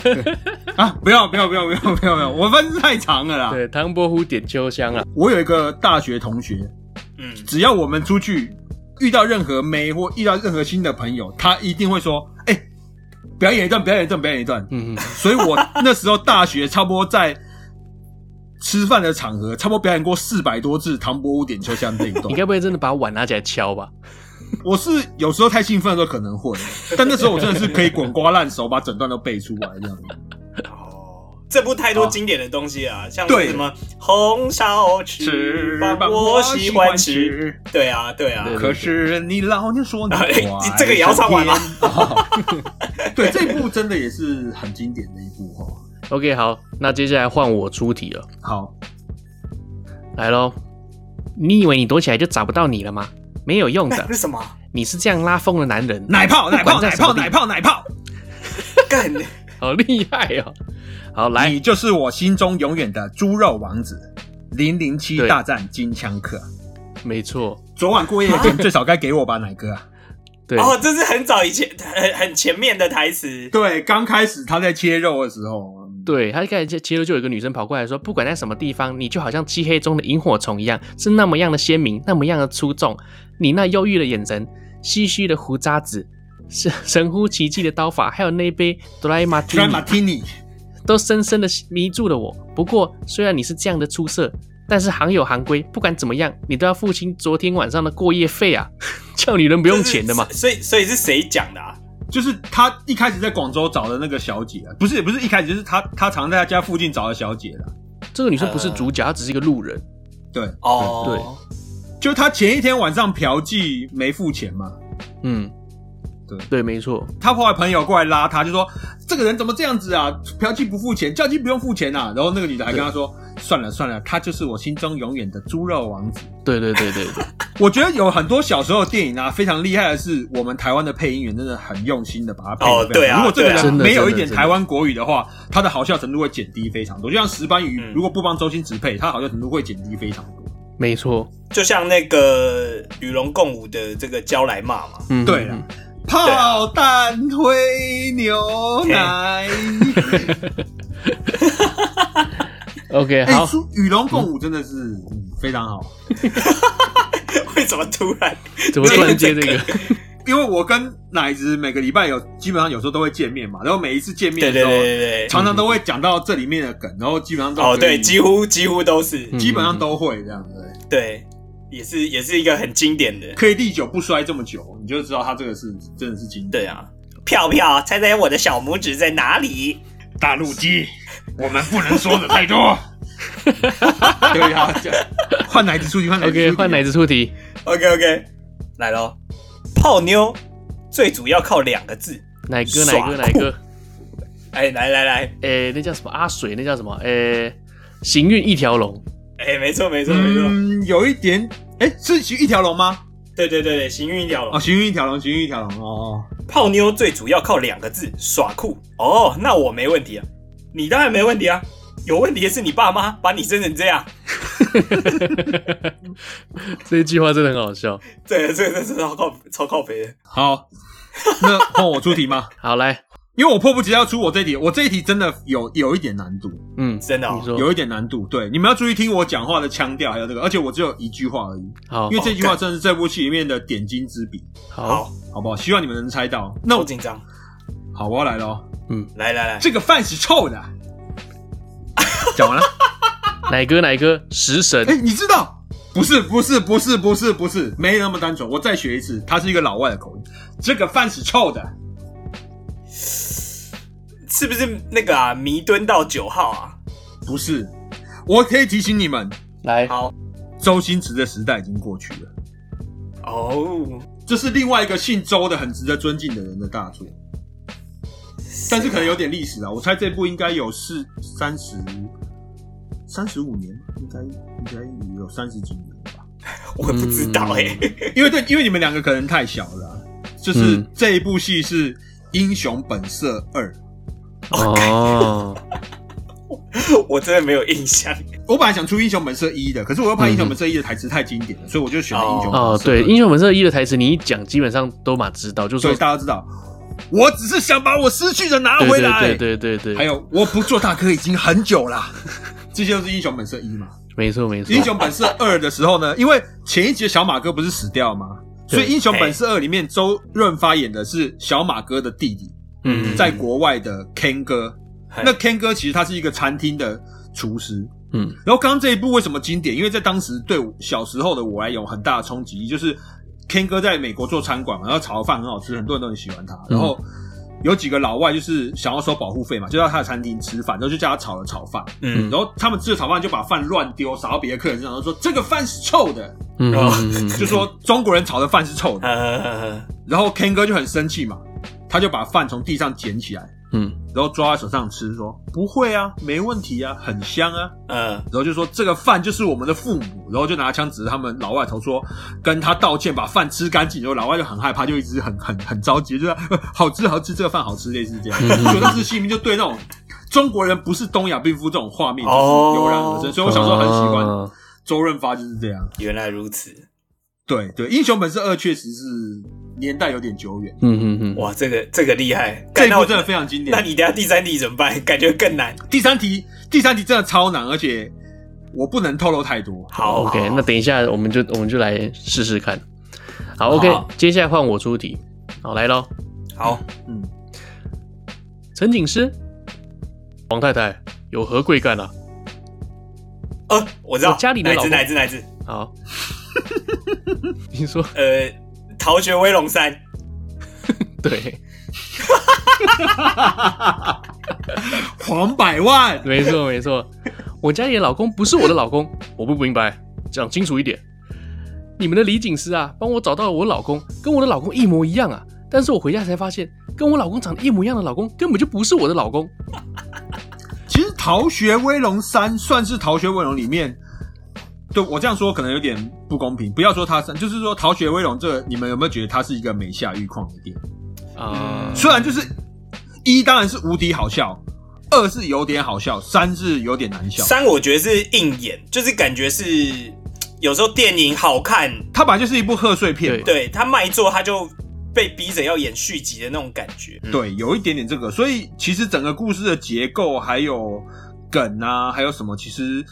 S1: 啊！不要不要不要不要不要不要，我分太长了啦。
S3: 对，唐伯虎点秋香啊，
S1: 我有一个大学同学，
S2: 嗯，
S1: 只要我们出去遇到任何妹或遇到任何新的朋友，他一定会说：“哎、表演一段，表演一段，表演一段。”
S3: 嗯哼，
S1: 所以我那时候大学差不多在吃饭的场合，差不多表演过四百多次《唐伯虎点秋香》这一
S3: 你
S1: 段。
S3: 该不会真的把碗拿起来敲吧？
S1: 我是有时候太兴奋的时候可能会，但那时候我真的是可以滚瓜烂熟，把整段都背出来这样子。
S2: 哦，这部太多经典的东西啊，像
S1: 对
S2: 是什么红烧翅膀，我喜欢吃。，对啊，对啊，
S3: 对
S1: 可是你老娘说你
S2: 哎
S1: 乖
S2: 这个也要唱完吗
S1: 哦 对，这一部真的也是很经典的一部哦。
S3: OK，好，那接下来换我出题了，
S1: 好，
S3: 来喽。你以为你躲起来就找不到你了吗？没有用
S2: 那
S3: 的
S2: 那，什么啊
S3: 你是这样拉风的男人，
S1: 奶泡， 奶泡，
S3: 不管在
S1: 奶
S3: 什么
S1: 泡，
S3: 地
S1: 奶泡，奶泡，
S2: 干？
S3: 好厉害哦！好，来，
S1: 你就是我心中永远的猪肉王子。零零七
S3: 对
S1: 大战金枪客，
S3: 没错，
S1: 昨晚过夜的钱最少该给我吧，奶哥啊！
S3: 对，
S2: 哦，这是很早以前很很前面的台词。
S1: 对，刚开始他在切肉的时候，嗯
S3: 对他一开始接接着就有一个女生跑过来说，不管在什么地方，你就好像漆黑中的萤火虫一样，是那么样的鲜明，那么样的出众。你那忧郁的眼神，唏嘘的胡渣子，神神乎其技的刀法，还有那杯哆啦 A 梦
S1: 居然马提尼，
S3: 都深深的迷住了我。不过，虽然你是这样的出色，但是行有行规，不管怎么样，你都要付清昨天晚上的过夜费啊！ 叫女人不
S2: 不
S3: 用钱的嘛。
S2: 所以所以是谁讲的啊？
S1: 就是他一开始在广州找的那个小姐啊，不是也不是一开始，就是他他常在他家附近找的小姐啦。
S3: 这个女生不是主角，她只是一个路人。
S1: 对，
S2: 哦，
S1: 就他前一天晚上嫖妓没付钱嘛，
S3: 嗯，
S1: 对
S3: 对，没错，
S1: 他后来朋友过来拉他，就说这个人怎么这样子啊？嫖妓不付钱，叫妓不用付钱啊。然后那个女的还跟他说，算了算了，他就是我心中永远的猪肉王子。
S3: 对对对对对，
S1: 我觉得有很多小时候的电影啊，非常厉害的是，我们台湾的配音员真的很用心的把它配得
S2: 哦
S1: 非常
S2: 对啊
S1: 如果这个
S2: 对啊
S1: 人
S3: 真的
S1: 没有一
S3: 真的
S1: 点
S3: 真的
S1: 台湾国语的话，他的好笑程度会减低非常多。就像石斑鱼，
S2: 嗯
S1: 如果不帮周星驰配，他好笑程度会减低非常多。
S3: 没错。
S2: 就像那个与龙共舞的这个娇来骂嘛，
S3: 嗯，
S1: 对
S3: 嗯
S1: 啦，
S2: 啊
S1: 炮弹灰牛 奶。
S3: ，OK，
S1: 哎，
S3: 好，
S1: 出与龙共舞真的是嗯非常好。
S2: 为什么突然？
S3: 怎么突然接这个？
S1: 因为我跟奶子每个礼拜有基本上有时候都会见面嘛，然后每一次见面
S2: 对
S1: 的时
S2: 对
S1: 候，
S2: 对哦对对，
S1: 常常都会讲到这里面的梗，然后基本上都
S2: 哦
S1: 可以
S2: 对，几乎几乎都是
S1: 基本上都会这样子，
S2: 对，也是也是一个很经典的。
S1: 可以历久不衰这么久，你就知道他这个是真的是经典。
S2: 对啊，票票，猜猜我的小拇指在哪里？
S1: 大陆鸡， 我们不能说的太多。对呀、这样换奶子出去，换奶子出 去
S3: OK，换奶子出题。
S2: OK OK，来喽，泡妞最主要靠两个字。
S3: 奶哥，奶
S2: 耍
S3: 哥，奶哥，
S2: 哎，来来来，
S3: 诶，那叫什么？阿水，那叫什么？诶，行运一条龙。
S2: 哎，没错没错没错，
S1: 嗯，有一点，哎，是行一条龙吗？
S2: 对对对对，行运一条龙
S1: 哦，。行运一条龙，行运一条龙，哦，
S2: 泡妞最主要靠两个字，耍酷。哦，那我没问题啊，你当然没问题啊，有问题的是你爸妈把你生成这样。
S3: 这一句话真的很好笑。
S2: 这这这这超靠超靠北的。
S1: 好，那换我出题吗？
S3: 好，来，
S1: 因为我迫不及待要出我这一题，我这一题真的有有一点难度，
S3: 嗯，
S2: 真的哦
S3: 你说
S1: 有一点难度。对，你们要注意听我讲话的腔调，还有这个，而且我只有一句话而已，
S3: 好
S1: 因为这
S3: 哦
S1: 句话真的是这部戏里面的点睛之笔，
S3: 好
S2: 好，
S1: 好不好？希望你们能猜到。那
S2: 好
S1: 我
S2: 紧张。
S1: 好，我要来喽。
S2: 来来来，
S1: 这个饭是臭的。讲完了。
S3: 奶哥，奶哥，食神
S1: 哎、。你知道不是不是不是不是不是，没那么单纯。我再学一次，他是一个老外的口音。这个饭是臭的，
S2: 是不是那个啊？迷蹲到九号啊？
S1: 不是。我可以提醒你们，
S3: 来，
S2: 好
S1: 周星驰的时代已经过去了。
S2: 哦，
S1: 这是另外一个姓周的很值得尊敬的人的大作，但是可能有点历史啊。我猜这部应该有四三十、三十五年，应该应该有三十几年了吧。
S2: 我不知道哎、
S1: 因为对，因为你们两个可能太小了啊、就是
S3: 嗯
S1: 这一部戏是《英雄本色二》，
S3: 哦，
S1: 嗯
S2: 我真的没有印象。
S1: 我本来想出《英雄本色一》的，可是我又怕《英雄本色一》的台词太经典了，所以我就选了《英雄本色二》
S3: 哦，对，英雄本色一的台词你一讲，基本上都蛮知道，就是
S1: 所
S3: 说
S1: 以，大家知道，我只是想把我失去的拿
S3: 对
S1: 回来。
S3: 对对对对
S1: 还
S3: 对，
S1: 有我不做大哥已经很久 啦，这些都是英雄本色一嘛。
S3: 没错没错，
S1: 英雄本色二的时候呢，因为前一集的小马哥不是死掉吗？所
S3: 对
S1: 以英雄本色二里面周润发演的是小马哥的弟弟，
S3: 嗯
S1: 在国外的 Ken 哥。
S2: 嘿
S1: 那 Ken 哥其实他是一个餐厅的厨师。
S3: 嗯
S1: 然后刚刚这一部为什么经典？因为在当时对我小时候的我来有很大的冲击，就是 Ken 哥在美国做餐馆嘛，然后炒饭很好吃，很多人都很喜欢他。然后有几个老外就是想要收保护费嘛，就到他的餐厅吃饭，然后就叫他炒了炒饭。
S2: 嗯
S1: 然后他们吃了炒饭就把饭乱丢，撒到别的客人身上，然后说这个饭是臭的，
S3: 嗯
S2: 哦
S3: 嗯嗯
S1: 就说中国人炒的饭是臭的。
S2: 呃，
S1: 然后 Ken 哥就很生气嘛，他就把饭从地上捡起来，
S3: 嗯
S1: 然后抓在手上吃，说不会啊，没问题啊，很香啊。
S2: 呃，
S1: 然后就说这个饭就是我们的父母，然后就拿枪指着他们老外头说，跟他道歉，把饭吃干净。然后老外就很害怕，就一直很很很着急，就说、 呃好吃好吃，这个饭好吃，类似这样。所以
S2: 嗯
S1: 我当时心里面就对那种中国人不是东亚病夫这种画面就是
S2: 哦
S1: 油然而生，所以我小时候很喜欢
S3: 哦
S1: 周润发就是这样。
S2: 原来如此。
S1: 对对，英雄本色二确实是年代有点久远，
S3: 嗯嗯嗯，
S2: 哇，这个这个厉害，
S1: 这
S2: 干
S1: 一
S2: 那
S1: 部
S2: 我
S1: 真的非常经典
S2: 那。你等下第三题怎么办？感觉更难。
S1: 第三题，第三题真的超难，而且我不能透露太多。
S2: 好
S3: OK，
S2: 好
S3: 那等一下我们就我们就来试试看。好，OK，
S2: 好
S3: 接下来换我出题。好，来喽，
S2: 好，
S1: 嗯，
S3: 陈景师，王太太有何贵干啊？
S2: 呃，我知道，
S3: 我家里的
S2: 哪一
S3: 老
S2: 只
S3: 公
S2: 哪一只哪一只？
S3: 好，你说
S2: 呃，逃学威龙三。
S3: 对，
S1: 黄百万，
S3: 没错没错，我家里的老公不是我的老公， 我不明白，讲清楚一点。你们的李警师啊，帮我找到了我老公，跟我的老公一模一样啊，但是我回家才发现，跟我老公长得一模一样的老公根本就不是我的老公。
S1: 其实《逃学威龙三》算是《逃学威龙》里面，对我这样说可能有点不公平。不要说它三，就是说《逃学威龙》这，你们有没有觉得它是一个美下玉矿的电影？
S3: 啊、
S1: 虽然就是一当然是无敌好笑，二是有点好笑，三是有点难笑。
S2: 三我觉得是硬演，就是感觉是有时候电影好看，
S1: 它本来就是一部贺岁片嘛，
S2: 对他卖座他就被逼着要演续集的那种感觉。嗯，
S1: 对，有一点点这个，所以其实整个故事的结构还有梗啊，还有什么，其实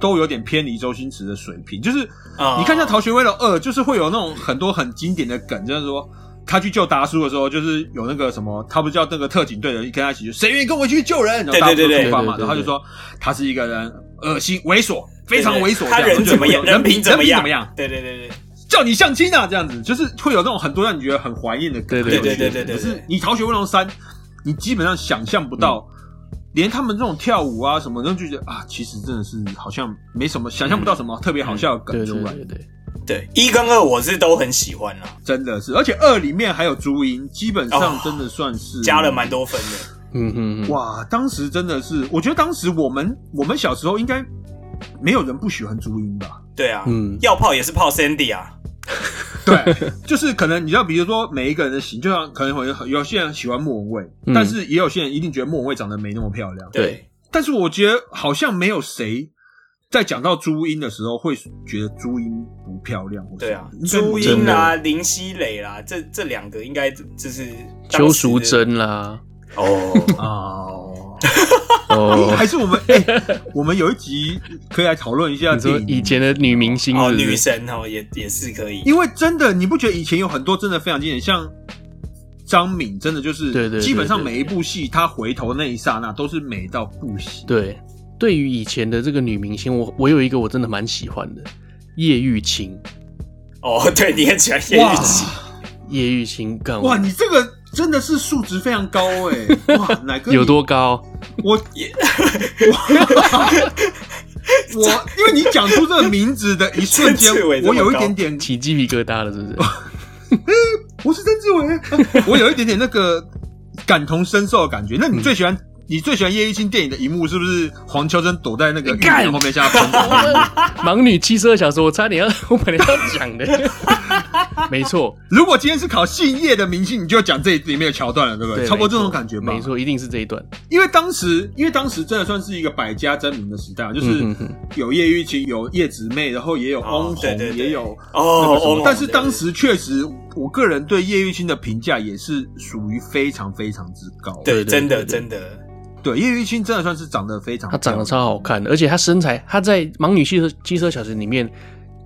S1: 都有点偏离周星驰的水平。就是
S2: 啊
S1: 你看一下《逃学威龙二》，就是会有那种很多很经典的梗，就是说。他去救达叔的时候，就是有那个什么，他不是叫那个特警队的跟他一起去，谁愿意跟我一起去救人？然后
S2: 对
S1: 达叔
S2: 对对
S1: 就
S2: 对
S1: 出发嘛，
S3: 对对对对
S1: 然后他就说他是一个人恶心、猥琐，非常猥琐
S2: 他
S1: 这样。
S2: 人怎么样？
S1: 人
S2: 品
S1: 怎
S2: 么
S1: 样？
S2: 样？
S1: 怎么样？
S2: 对对对对，
S1: 叫你相亲啊，这样子，就是会有那种很多让你觉得很怀念的感觉。
S2: 对
S3: 对
S2: 对对对对对
S1: 可是你《逃学威龙三》，你基本上想象不到，连他们这种跳舞啊什么，都就觉得啊，其实真的是好像没什么，想象不到什么特别好笑的
S3: 对
S1: 梗
S3: 对
S1: 出
S2: 嗯
S1: 来，
S3: 对对，
S2: 对一跟二我是都很喜啊欢啦，
S1: 真的是。而且二里面还有朱茵，基本上
S2: 哦
S1: 真的算是、
S2: 加了蛮。多分的。
S3: 嗯嗯嗯，
S1: 哇，当时真的是，我觉得当时我们我们小时候应该没有人不喜欢朱茵吧。
S2: 对啊，
S3: 嗯
S2: 要泡也是泡 Sandy 啊，
S1: 对，就是可能你知道，比如说每一个人的型，就像可能有有些人喜欢莫文蔚，
S3: 嗯
S1: 但是也有些人一定觉得莫文蔚长得没那么漂亮。
S3: 对，
S1: 但是我觉得好像没有谁在讲到朱茵的时候会觉得朱茵不漂亮或什么。
S2: 对啊，
S1: 应该
S2: 朱
S1: 不。
S2: 茵啦、林熙蕾啦，这这两个应该就是
S3: 邱淑贞啦，
S2: 哦
S1: 哦，
S3: 哦
S1: 还，是我 们哎、我们有一集可以来讨论一下
S3: 你说
S1: 电影
S3: 以。前的女明星
S2: 哦，
S3: 是不
S2: 女
S3: 是？
S2: 神哦，也也是可以。
S1: 因为真的，你不觉得以前有很多真的非常经典，像张敏，真的就是，
S3: 对对对
S1: 基本上
S3: 对对
S1: 每一部戏，她回头那一刹那都是美到不行。
S3: 对，对于以前的这个女明星，我我有一个我真的蛮喜欢的，叶玉卿，
S2: 哦， 对，你很喜欢叶
S1: 哇
S2: 玉卿，
S3: 叶玉卿干
S1: 哇，
S3: 我
S1: 你这个真的是数值非常高哎、哇，奶哥你
S3: 有多高？
S1: 我我我，因为你讲出这个名字的一瞬间
S2: 曾志伟，这么
S1: 我有一
S2: 高
S1: 点点
S3: 起鸡皮疙瘩了，是不是？
S1: 我是曾志伟，我有一点点那个感同身受的感觉。那你最喜欢、你最喜欢叶玉卿电影的一幕是不是黄秋生躲在那个浴帘后面向他喷？
S3: 盲女七十二小时，我差点要， 我本来要讲的， 没错，
S1: 如果今天是考姓叶的明星，你就讲这里面的桥段了，对不对？
S3: 对，
S1: 差不多这
S3: 没
S1: 种
S3: 错
S1: 感觉吧。
S3: 没，错，一定是这一段，
S1: 因为当时因为当时真的算是一个百家争鸣的时代，啊就是
S3: 嗯哼哼
S1: 有叶玉卿，有叶子妹，然后也有
S2: 哦
S1: 翁
S2: 对
S1: 虹，
S2: 对对
S1: 也有那
S2: 哦
S1: 个什么，
S2: 哦
S1: 但是当时确实，我个人对叶玉卿的评价也是属于非常非常之高。
S2: 对，
S3: 对对
S2: 真的
S3: 对对
S2: 真的，
S1: 对，叶玉卿真的算是长得非常漂亮，
S3: 她长得超好看的，而且她身材，她在《盲女七十七十二小时》里面，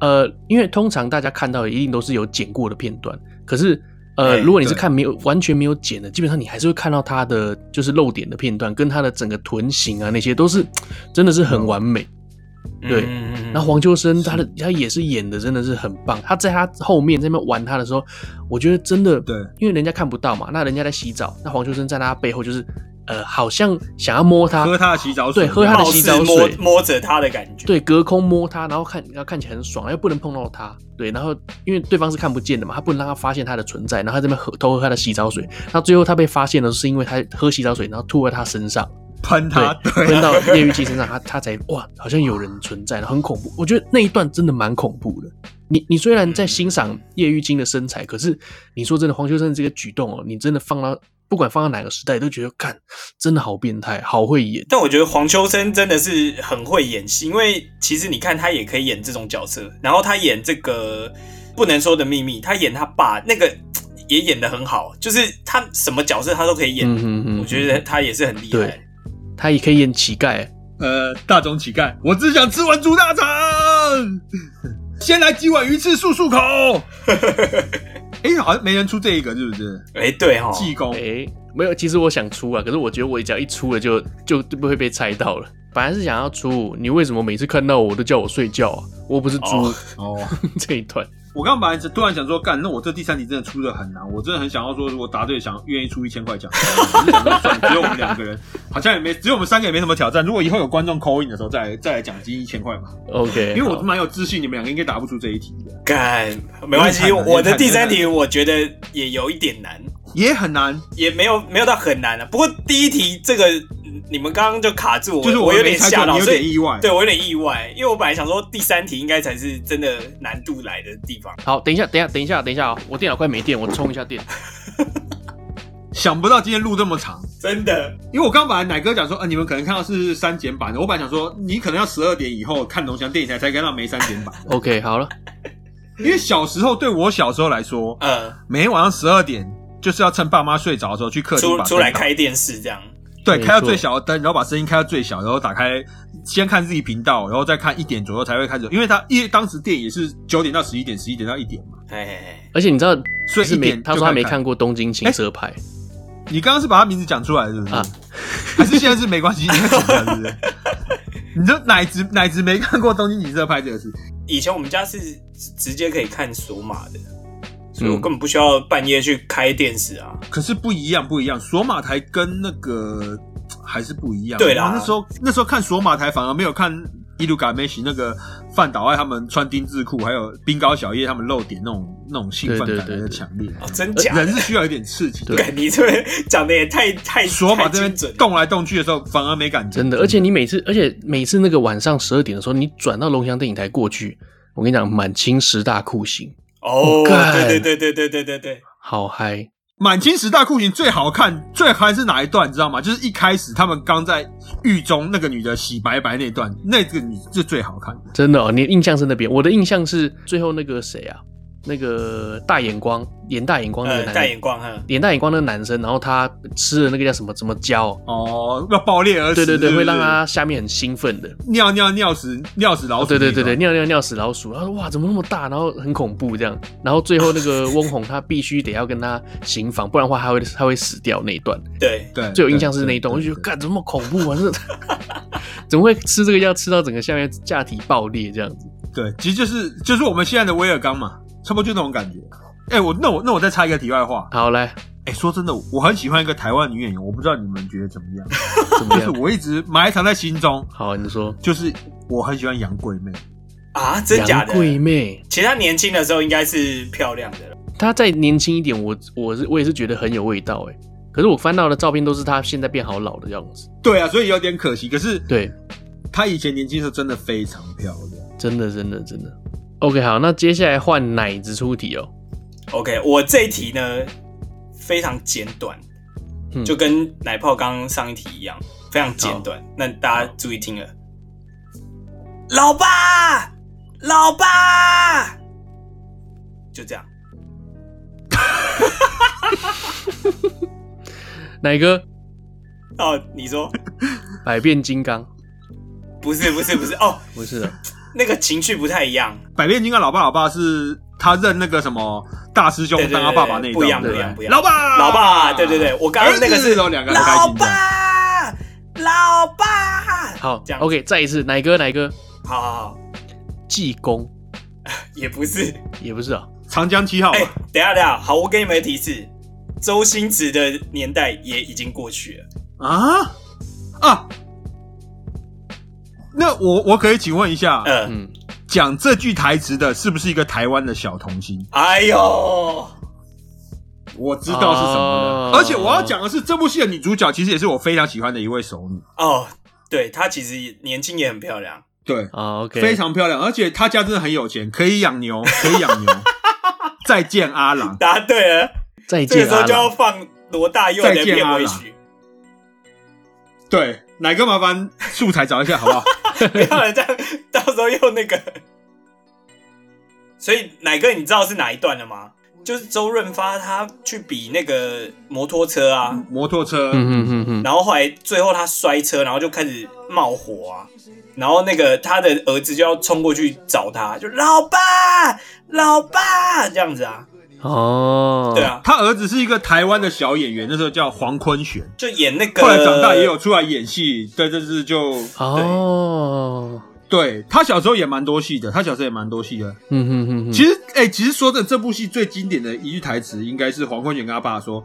S3: 呃，因为通常大家看到的一定都是有剪过的片段，可是。呃，
S2: 哎
S3: 如果你是
S1: 对
S3: 看没有完全没有剪的，基本上你还是会看到她的就是露点的片段，跟她的整个臀型啊那些都是真的是
S1: 嗯
S3: 很完美。对
S2: 嗯，嗯嗯
S3: 然后黄秋生他的他也是演的真的是很棒，他在他后面在那边玩他的时候，我觉得真的
S1: 对，
S3: 因为人家看不到嘛，那人家在洗澡，那黄秋生在他背后就是呃，好像想要摸他，
S1: 喝他的洗澡水，
S3: 对喝他的
S2: 貌
S3: 洗
S2: 似
S3: 澡
S2: 摸
S3: 水
S2: 摸着他的感觉，
S3: 对，隔空摸他，然后看然后看起来很爽，又不能碰到他，对，然后因为对方是看不见的嘛，他不能让他发现他的存在，然后他这边喝偷喝他的洗澡水，那最后他被发现了，是因为他喝洗澡水，然后吐在他身上。
S1: 喷他，对，
S3: 喷到叶玉卿身上，他他才哇，好像有人存在了，很恐怖。我觉得那一段真的蛮恐怖的。你你虽然在欣赏叶玉卿的身材，可是你说真的，黄秋生这个举动哦，你真的放到不管放到哪个时代，都觉得看真的好变态，好会演。
S2: 但我觉得黄秋生真的是很会演戏，因为其实你看他也可以演这种角色，然后他演这个不能说的秘密，他演他爸那个嘖也演得很好，就是他什么角色他都可以演，
S3: 嗯哼哼，
S2: 我觉得他也是很厉害
S3: 对。他也可以演乞丐，
S1: 呃，大种乞丐，我只想吃完猪大肠， 先来几碗鱼翅漱 漱口。哎，好像没人出这一个，是不是？
S2: 哎、对哈、
S1: 济公
S3: 哎、，没有，其实我想出啊，可是我觉得我只要一出了就就就不会被猜到了。本来是想要出，你为什么每次看到我都叫我睡觉啊？我又不是猪、
S2: 哦
S1: 哦，
S3: 这一段。
S1: 我刚刚本来突然想说，干，那我这第三题真的出的很难，我真的很想要说，如果答对，想愿意出一千块奖。我就想说算了只有我们两个人，好像也没，只有我们三个也没什么挑战。如果以后有观众扣 in 的时候，再来再来奖金一千块嘛，
S3: OK，
S1: 因为我
S3: 好
S1: 蛮有自信，你们两个应该答不出这一题的，
S2: 干没关系，
S1: 有点难
S2: 我的
S1: 有点难
S2: 第三题我觉得也有一点难，
S1: 也很难。
S2: 也没有没有到很难啊。不过第一题这个嗯你们刚刚就卡住我，
S1: 就是
S2: 我
S1: 有
S2: 点
S1: 猜
S2: 吓
S1: 中，
S2: 到，
S1: 你有
S2: 所
S1: 点
S2: 以
S1: 意外。
S2: 对，我有点意外，因为我本来想说第三题应该才是真的难度来的地方。
S3: 好，等一下，等一下，等一下，等一下啊、我电脑快没电，我充一下电。
S1: 想不到今天录这么长，
S2: 真的，
S1: 因为我刚本来奶哥讲说，呃，你们可能看到是删减版的，我本来想说你可能要十二点以后看龙翔电影台才看到没删减版的，
S3: OK，好了，
S1: 因为小时候对我小时候来说，
S2: 呃，
S1: 每天晚上十二点就是要趁爸妈睡着的时候去客厅
S2: 出
S1: 把
S2: 出来
S1: 灯打
S2: 开电视这样，
S1: 对，
S3: 没
S1: 开到
S3: 错
S1: 最小的灯，然后把声音开到最小，然后打开，先看自己频道，然后再看一点左右才会开始，因为他因为当时电影是九点到十一点，十一点到一点嘛，
S2: 哎，
S3: 而且你知道，
S1: 所以
S3: 是
S1: 一
S3: 没
S1: 点
S3: 他
S1: 就
S3: 说他
S1: 开
S3: 没
S1: 始看
S3: 看过《东京情色派》
S1: 你刚刚是把他名字讲出来是不是？
S3: 啊
S1: 还是现在是没关系，你要讲出来是不 是？你这奶子奶子没看过《东京景色派》这个事，
S2: 以前我们家是直接可以看索马的，所以我
S3: 嗯
S2: 根本不需要半夜去开电视啊。
S1: 可是不一样，不一样。索马台跟那个还是不一样。
S2: 对啦
S1: 那时候那时候看索马台反而没有看伊鲁嘎梅西那个范岛爱他们穿丁字裤，还有冰糕小叶他们露点那种那种兴奋感
S3: 对对对
S1: 来的
S3: 对
S1: 强烈。
S2: 哦，真假的？
S1: 人是需要一点刺激的。
S2: 干你这边讲的也太太
S1: 索马
S2: 太
S1: 这边
S2: 精准了，
S1: 动来动去的时候，反而没感觉。
S3: 真的。而且你每次，而且每次那个晚上十二点的时候，你转到龙翔电影台过去，我跟你讲，满清十大酷刑，
S2: 哦，
S3: 干
S2: 对对对对对对对对，
S3: 好嗨！
S1: 满清十大酷刑最好看，最嗨是哪一段？你知道吗？就是一开始他们刚在狱中那个女的洗白白那段，那个女是最好看。
S3: 真的哦，你印象是那边，我的印象是最后那个谁啊，那个大眼光演大眼光那个
S2: 呃，
S3: 男
S2: 戴
S3: 的，
S2: 眼光哈，
S3: 演大眼光那个男生，然后他吃了那个叫什么什么胶，
S1: 哦，要爆裂而死，
S3: 对对
S1: 是
S3: 对，
S1: 不
S3: 会
S1: 是
S3: 让他下面很兴奋的。
S1: 尿尿尿死尿死老鼠、
S3: 哦对对对对，，尿尿尿死老鼠，然后说哇怎么那么大，然后很恐怖这样，然后最后那个翁虹他必须得要跟他行房，不然的话他会他会死掉那一段，
S2: 对，
S1: 对，
S3: 最有印象是那
S1: 对
S3: 一段，我就觉得
S1: 对
S3: 干怎 么那么恐怖啊，这怎么会吃这个药吃到整个下面下体爆裂这样子？
S1: 对，其实就是就是我们现在的威尔刚嘛，差不多就那种感觉。哎、我那我那我再插一个题外话，
S3: 好来，
S1: 哎、说真的，我很喜欢一个台湾女演员，我不知道你们觉得怎么样？
S3: 怎么
S1: 就是
S3: 样？
S1: 我一直埋藏在心中，
S3: 好，啊你 说。
S1: 就是我很喜欢杨贵妹。
S2: 啊，真假的
S3: 杨？贵妹，
S2: 其实她年轻的时候应该是漂亮的了，
S3: 她再年轻一点，我我是我也是觉得很有味道哎、可是我翻到的照片都是她现在变好老的样子。
S1: 对啊，所以有点可惜。可是
S3: 对，
S1: 她以前年轻的时候真的非常漂亮。
S3: 真的真的真的。OK，好，那接下来换奶子出题哦。
S2: OK，我这一题呢非常简短，
S3: 嗯
S2: 就跟奶泡刚刚上一题一样，非常简短。那大家注意听了，老爸，老爸，就这样。
S3: 奶哥，
S2: 哦，你说
S3: 百变金刚
S2: 不是不是不是哦，
S3: 不是的，
S2: 那个情绪不太一样，
S1: 百变金刚老爸老爸是他认那个什么大师兄
S2: 对对
S1: 当他爸爸那一段，
S2: 不一样
S1: 对
S2: 不一
S1: 对
S2: 样不一样。
S1: 老爸，
S2: 老爸，对对对，，我刚刚那个
S1: 儿
S2: 是
S1: 子哦两个人开
S2: 老
S1: 心这
S2: 爸，老爸，
S3: 好
S2: 这样
S3: ，OK，再一次，奶哥，奶哥，
S2: 好好好，
S3: 济公
S2: 也不是。
S1: 哦
S3: 也不是啊，
S1: 长江七号嘛
S2: 哎、等一下等一下，好，我给你们个提示，周星驰的年代也已经过去了。
S1: 啊啊！那我我可以请问一下，
S2: 呃，
S3: 嗯，
S1: 讲这句台词的是不是一个台湾的小童星？
S2: 哎呦，
S1: 我知道是什么了。
S3: 哦
S1: 而且我要讲的是，这部戏的女主角其实也是我非常喜欢的一位熟女，
S2: 哦，对他其实年轻也很漂亮，
S1: 对，
S3: 啊，OK，
S1: 非常漂亮。而且她家真的很有钱，可以养牛，可以 养牛。再见阿郎，
S2: 答对了，
S3: 再
S2: 这个
S3: 见
S2: 时候
S3: 啊
S2: 就，要放罗大佑的
S1: 再见
S2: 片
S1: 阿
S2: 尾
S1: 郎
S2: 曲，
S1: 对，哪个麻烦素材找一下好 不好？
S2: 不要人家到时候又那个。所以奶哥，你知道是哪一段了吗？就是周润发他去比那个摩托车啊，
S1: 摩托车，
S3: 嗯嗯嗯嗯，
S2: 然后后来最后他摔车，然后就开始冒火啊，然后那个他的儿子就要冲过去找他，就老爸老爸这样子啊，
S3: 哦，
S2: 对，啊，
S1: 他儿子是一个台湾的小演员，那时候叫黄坤玄，
S2: 就演那个
S1: 后来长大也有出来演戏。对，这是就
S3: 哦，
S1: 对他小时候也蛮多戏的，他小时候也蛮多戏的。
S3: 嗯嗯嗯嗯，
S1: 其实，哎、其实说真的这部戏最经典的一句台词，应该是黄坤玄跟他爸说：“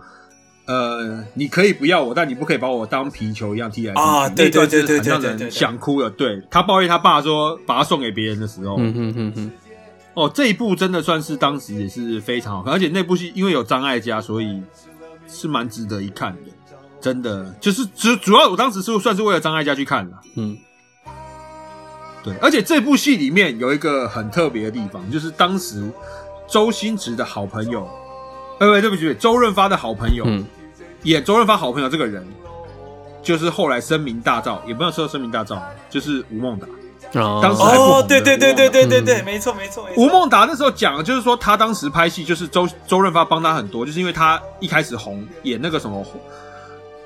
S1: 呃，你可以不要我，但你不可以把我当皮球一样踢来踢去。”
S2: 啊对
S1: 那段
S2: 对
S1: 真的
S2: 对
S1: 很
S2: 对
S1: 让
S2: 对
S1: 人
S2: 对对对
S1: 想哭了。对他抱怨他爸说把他送给别人的时候，
S3: 嗯嗯嗯嗯，
S1: 哦，这一部真的算是当时也是非常好看，而且那部戏因为有张艾嘉，所以是蛮值得一看的。真的，就是主主要我当时是算是为了张艾嘉去看的。
S3: 嗯，
S1: 对，而且这部戏里面有一个很特别的地方，就是当时周星驰的好朋友，呃，不对不起，周润发的好朋友，
S3: 嗯，
S1: 演周润发好朋友这个人，就是后来声名大噪，也不能说声名大噪，就是吴孟达。
S3: 哦，
S1: 当时还不
S2: 哦，
S1: 红的
S2: 对对对对对对对，
S3: 嗯
S2: 没错没错没错，
S1: 吴孟达那时候讲，就是说他当时拍戏，就是周周润发帮他很多，就是因为他一开始红，演那个什么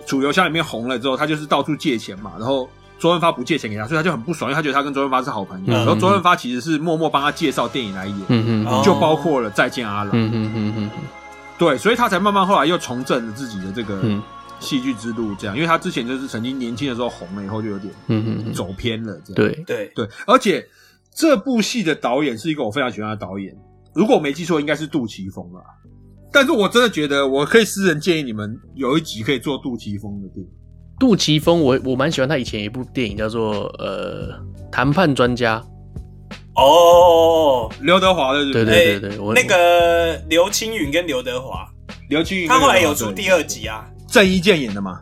S1: 楚留香里面红了之后，他就是到处借钱嘛，然后周润发不借钱给他，所以他就很不爽，因为他觉得他跟周润发是好朋友。
S3: 嗯
S1: 然后周润发其实是默默帮他介绍电影来演，
S3: 嗯嗯嗯
S2: 哦
S1: 就包括了《再见阿郎》
S3: 嗯嗯嗯嗯
S1: 对，所以他才慢慢后来又重振了自己的这个
S3: 嗯
S1: 戏剧之路，这样，因为他之前就是曾经年轻的时候红了以后就有点
S3: 嗯嗯，
S1: 走偏了，这样。
S3: 对，
S2: 对
S1: 对，而且这部戏的导演是一个我非常喜欢的导演，如果我没记错，应该是杜琪峰啦。但是我真的觉得，我可以私人建议你们有一集可以做杜琪峰的电影。
S3: 杜琪峰，我我蛮喜欢他以前一部电影叫做呃《谈判专家》，
S2: 哦，哎
S1: 刘德华的
S3: 对对对对，我
S2: 那个刘青云跟刘德华，
S1: 刘青云跟
S2: 他
S1: 刘德
S2: 后
S1: 华，
S2: 来有出第二集啊，
S1: 郑伊健演的嘛。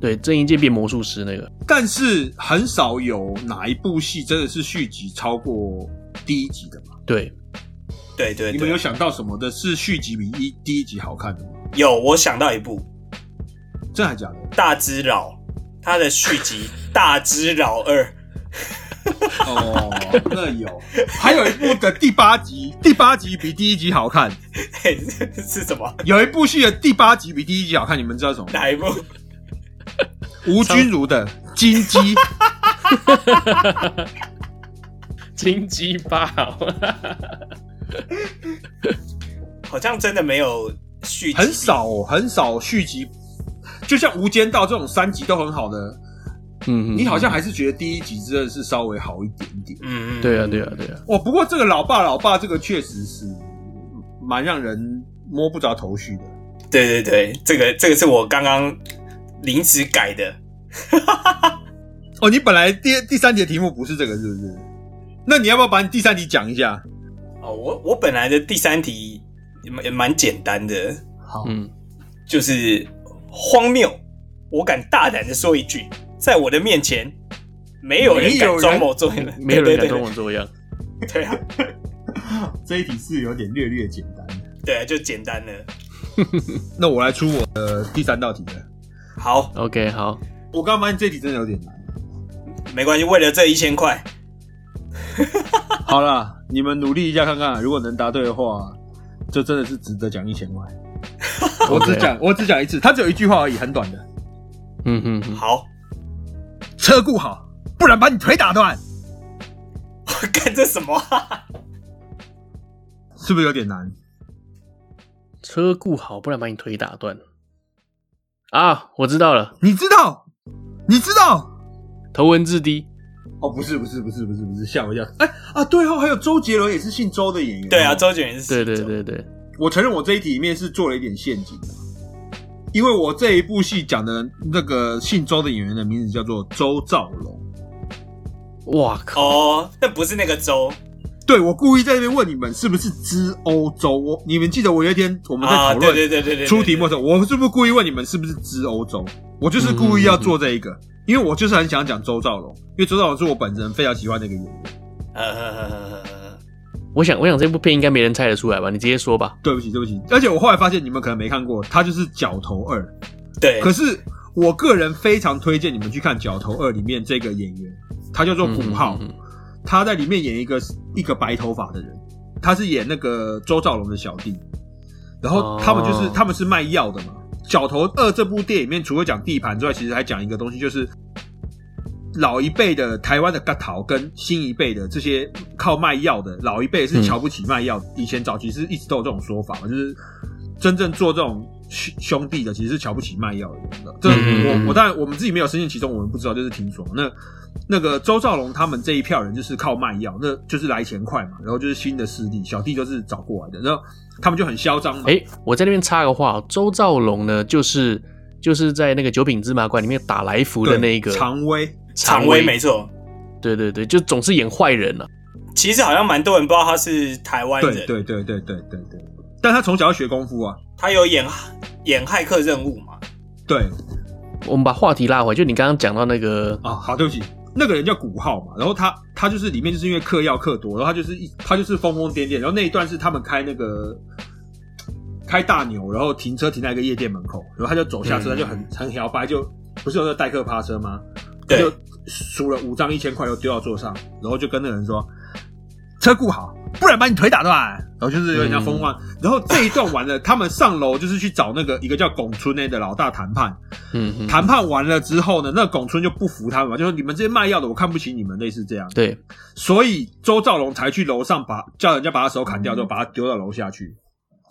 S3: 对郑伊健变魔术师那个，
S1: 但是很少有哪一部戏真的是续集超过第一集的嘛？
S3: 对，
S2: 对对
S1: 你们有
S2: 对，
S1: 想到什么的是续集比一第一集好看的吗？
S2: 有我想到一部
S1: 真的还假的？
S2: 大只佬，他的续集大只佬二。
S1: 哦， 那有，还有一部的第八集，第八集比第一集好看。
S2: 嘿 是什么？
S1: 有一部戏的第八集比第一集好看，你们知道什么吗？
S2: 哪一部？
S1: 吴君如的《金鸡》，
S3: 金鸡八好，
S2: 好像真的没有续集，
S1: 哦很少很少续集，就像《无间道》这种三集都很好的
S3: 嗯，
S1: 你好像还是觉得第一集真的是稍微好一点点。
S2: 嗯嗯，
S3: 对啊，对啊，对啊，
S1: 哦，不过这个老爸老爸这个确实是蛮让人摸不着头绪的。
S2: 对对对，这个这个是我刚刚临时改的，
S1: 哦，你本来第第三节题目不是这个，是不是？那你要不要把你第三题讲一下？
S2: 哦，我我本来的第三题也蛮也蛮简单的，
S1: 好
S3: 嗯，
S2: 就是荒谬。我敢大胆的说一句，在我的面前，没有人
S1: 没有
S2: 敢
S1: 人
S2: 装模作样的，
S3: 没有人
S2: 对
S3: 敢跟我这样。
S2: 对对对啊，
S1: 这一题是有点略略简单。
S2: 对啊，就简单了。
S1: 那我来出我的第三道题了。
S2: 好，
S3: OK，好，
S1: 我刚刚发现这题真的有点难。
S2: 没关系，为了这一千块，
S1: 好啦，你们努力一下看看，如果能答对的话，这真的是值得讲一千块。 我只
S3: OK
S1: 讲，我只讲一次，它只有一句话而已，很短的。
S3: 嗯嗯嗯，
S2: 好，
S1: 车顾好，不然把你腿打断，
S2: 干这什么啊、
S1: 是不是有点难？
S3: 车顾好，不然把你腿打断。啊，我知道了，
S1: 你知道？你知道？
S3: 头文字 D。
S1: 哦，不是，不是，不是，不是，不是，吓我一跳！哎啊，对哦，还有周杰伦也是姓周的演员。
S2: 对啊，周杰伦是
S3: 嗯对对
S2: 这种，
S3: 对对，
S1: 我承认我这一题里面是做了一点陷阱的，因为我这一部戏讲的那个姓周的演员的名字叫做周兆龙。
S3: 哇靠，
S2: 哦，但不是那个周
S1: 对，我故意在这边问你们是不是知欧洲？我你们记得我有一天我们在
S2: 啊，
S1: 讨
S2: 对
S1: 论
S2: 对对对对，
S1: 出题目的时候，我是不是故意问你们是不是知欧洲？我就是故意要做这一个，因为我就是很想讲周兆龙，因为周兆龙是我本人非常喜欢的一个演员。
S2: 呃，呃呃
S3: 我想我想这部片应该没人猜得出来吧？你直接说吧。
S1: 对不起，对不起，而且我后来发现你们可能没看过，他就是《角头二》。
S2: 对，
S1: 可是我个人非常推荐你们去看《角头二》里面这个演员，他叫做古浩，
S3: 嗯嗯嗯
S1: 他在里面演一个一个白头发的人，他是演那个周兆龙的小弟。然后他们就是、
S3: 哦
S1: 他们是卖药的嘛。《角头二》这部电影里面，除了讲地盘之外，其实还讲一个东西，就是老一辈的台湾的嘎桃跟新一辈的这些靠卖药的，老一辈
S3: 嗯
S1: 是瞧不起卖药的。以前早期是一直都有这种说法嘛，就是真正做这种兄兄弟的，其实是瞧不起卖药的人的。这
S3: 嗯嗯嗯
S1: 我我当然我们自己没有深陷其中，我们不知道，就是听说嘛那。那个周兆龙他们这一票人就是靠卖药，那就是来钱快嘛，然后就是新的势力，小弟就是找过来的，然后他们就很嚣张嘛。
S3: 哎、我在那边插个话、哦，周兆龙呢，就是就是在那个九品芝麻官里面打来福的那个
S1: 对常威，
S2: 常威没错。
S3: 对对对，就总是演坏人啊了、
S2: 其实好像蛮多人不知道他是台湾
S1: 对
S2: 人，
S1: 对对对对对对，但他从小要学功夫啊，
S2: 他有演演骇客任务嘛？
S1: 对
S3: 我们把话题拉回来，就你刚刚讲到那个，
S1: 啊，好，对不起，那个人叫古浩嘛，然后他他就是里面就是因为嗑药嗑多，然后他就是一他就是疯疯癫癫，然后那一段是他们开那个开大牛，然后停车停在一个夜店门口，然后他就走下车，
S2: 嗯
S1: 他就很很摇摆，就不是有那个代客趴车吗？他
S2: 对
S1: 就数了五张一千块，又丢到桌上，然后就跟那个人说：“车顾好，不然把你腿打断。”然后就是有
S3: 嗯
S1: 点像疯狂。然后这一段完了，他们上楼就是去找那个一个叫龚春内的老大谈判。
S3: 嗯，嗯
S1: 谈判完了之后呢，那龚春就不服他们嘛，就说你们这些卖药的，我看不起你们，类似这样。
S3: 对，
S1: 所以周兆龙才去楼上把叫人家把他手砍掉
S3: 嗯
S1: 之后，把他丢到楼下去，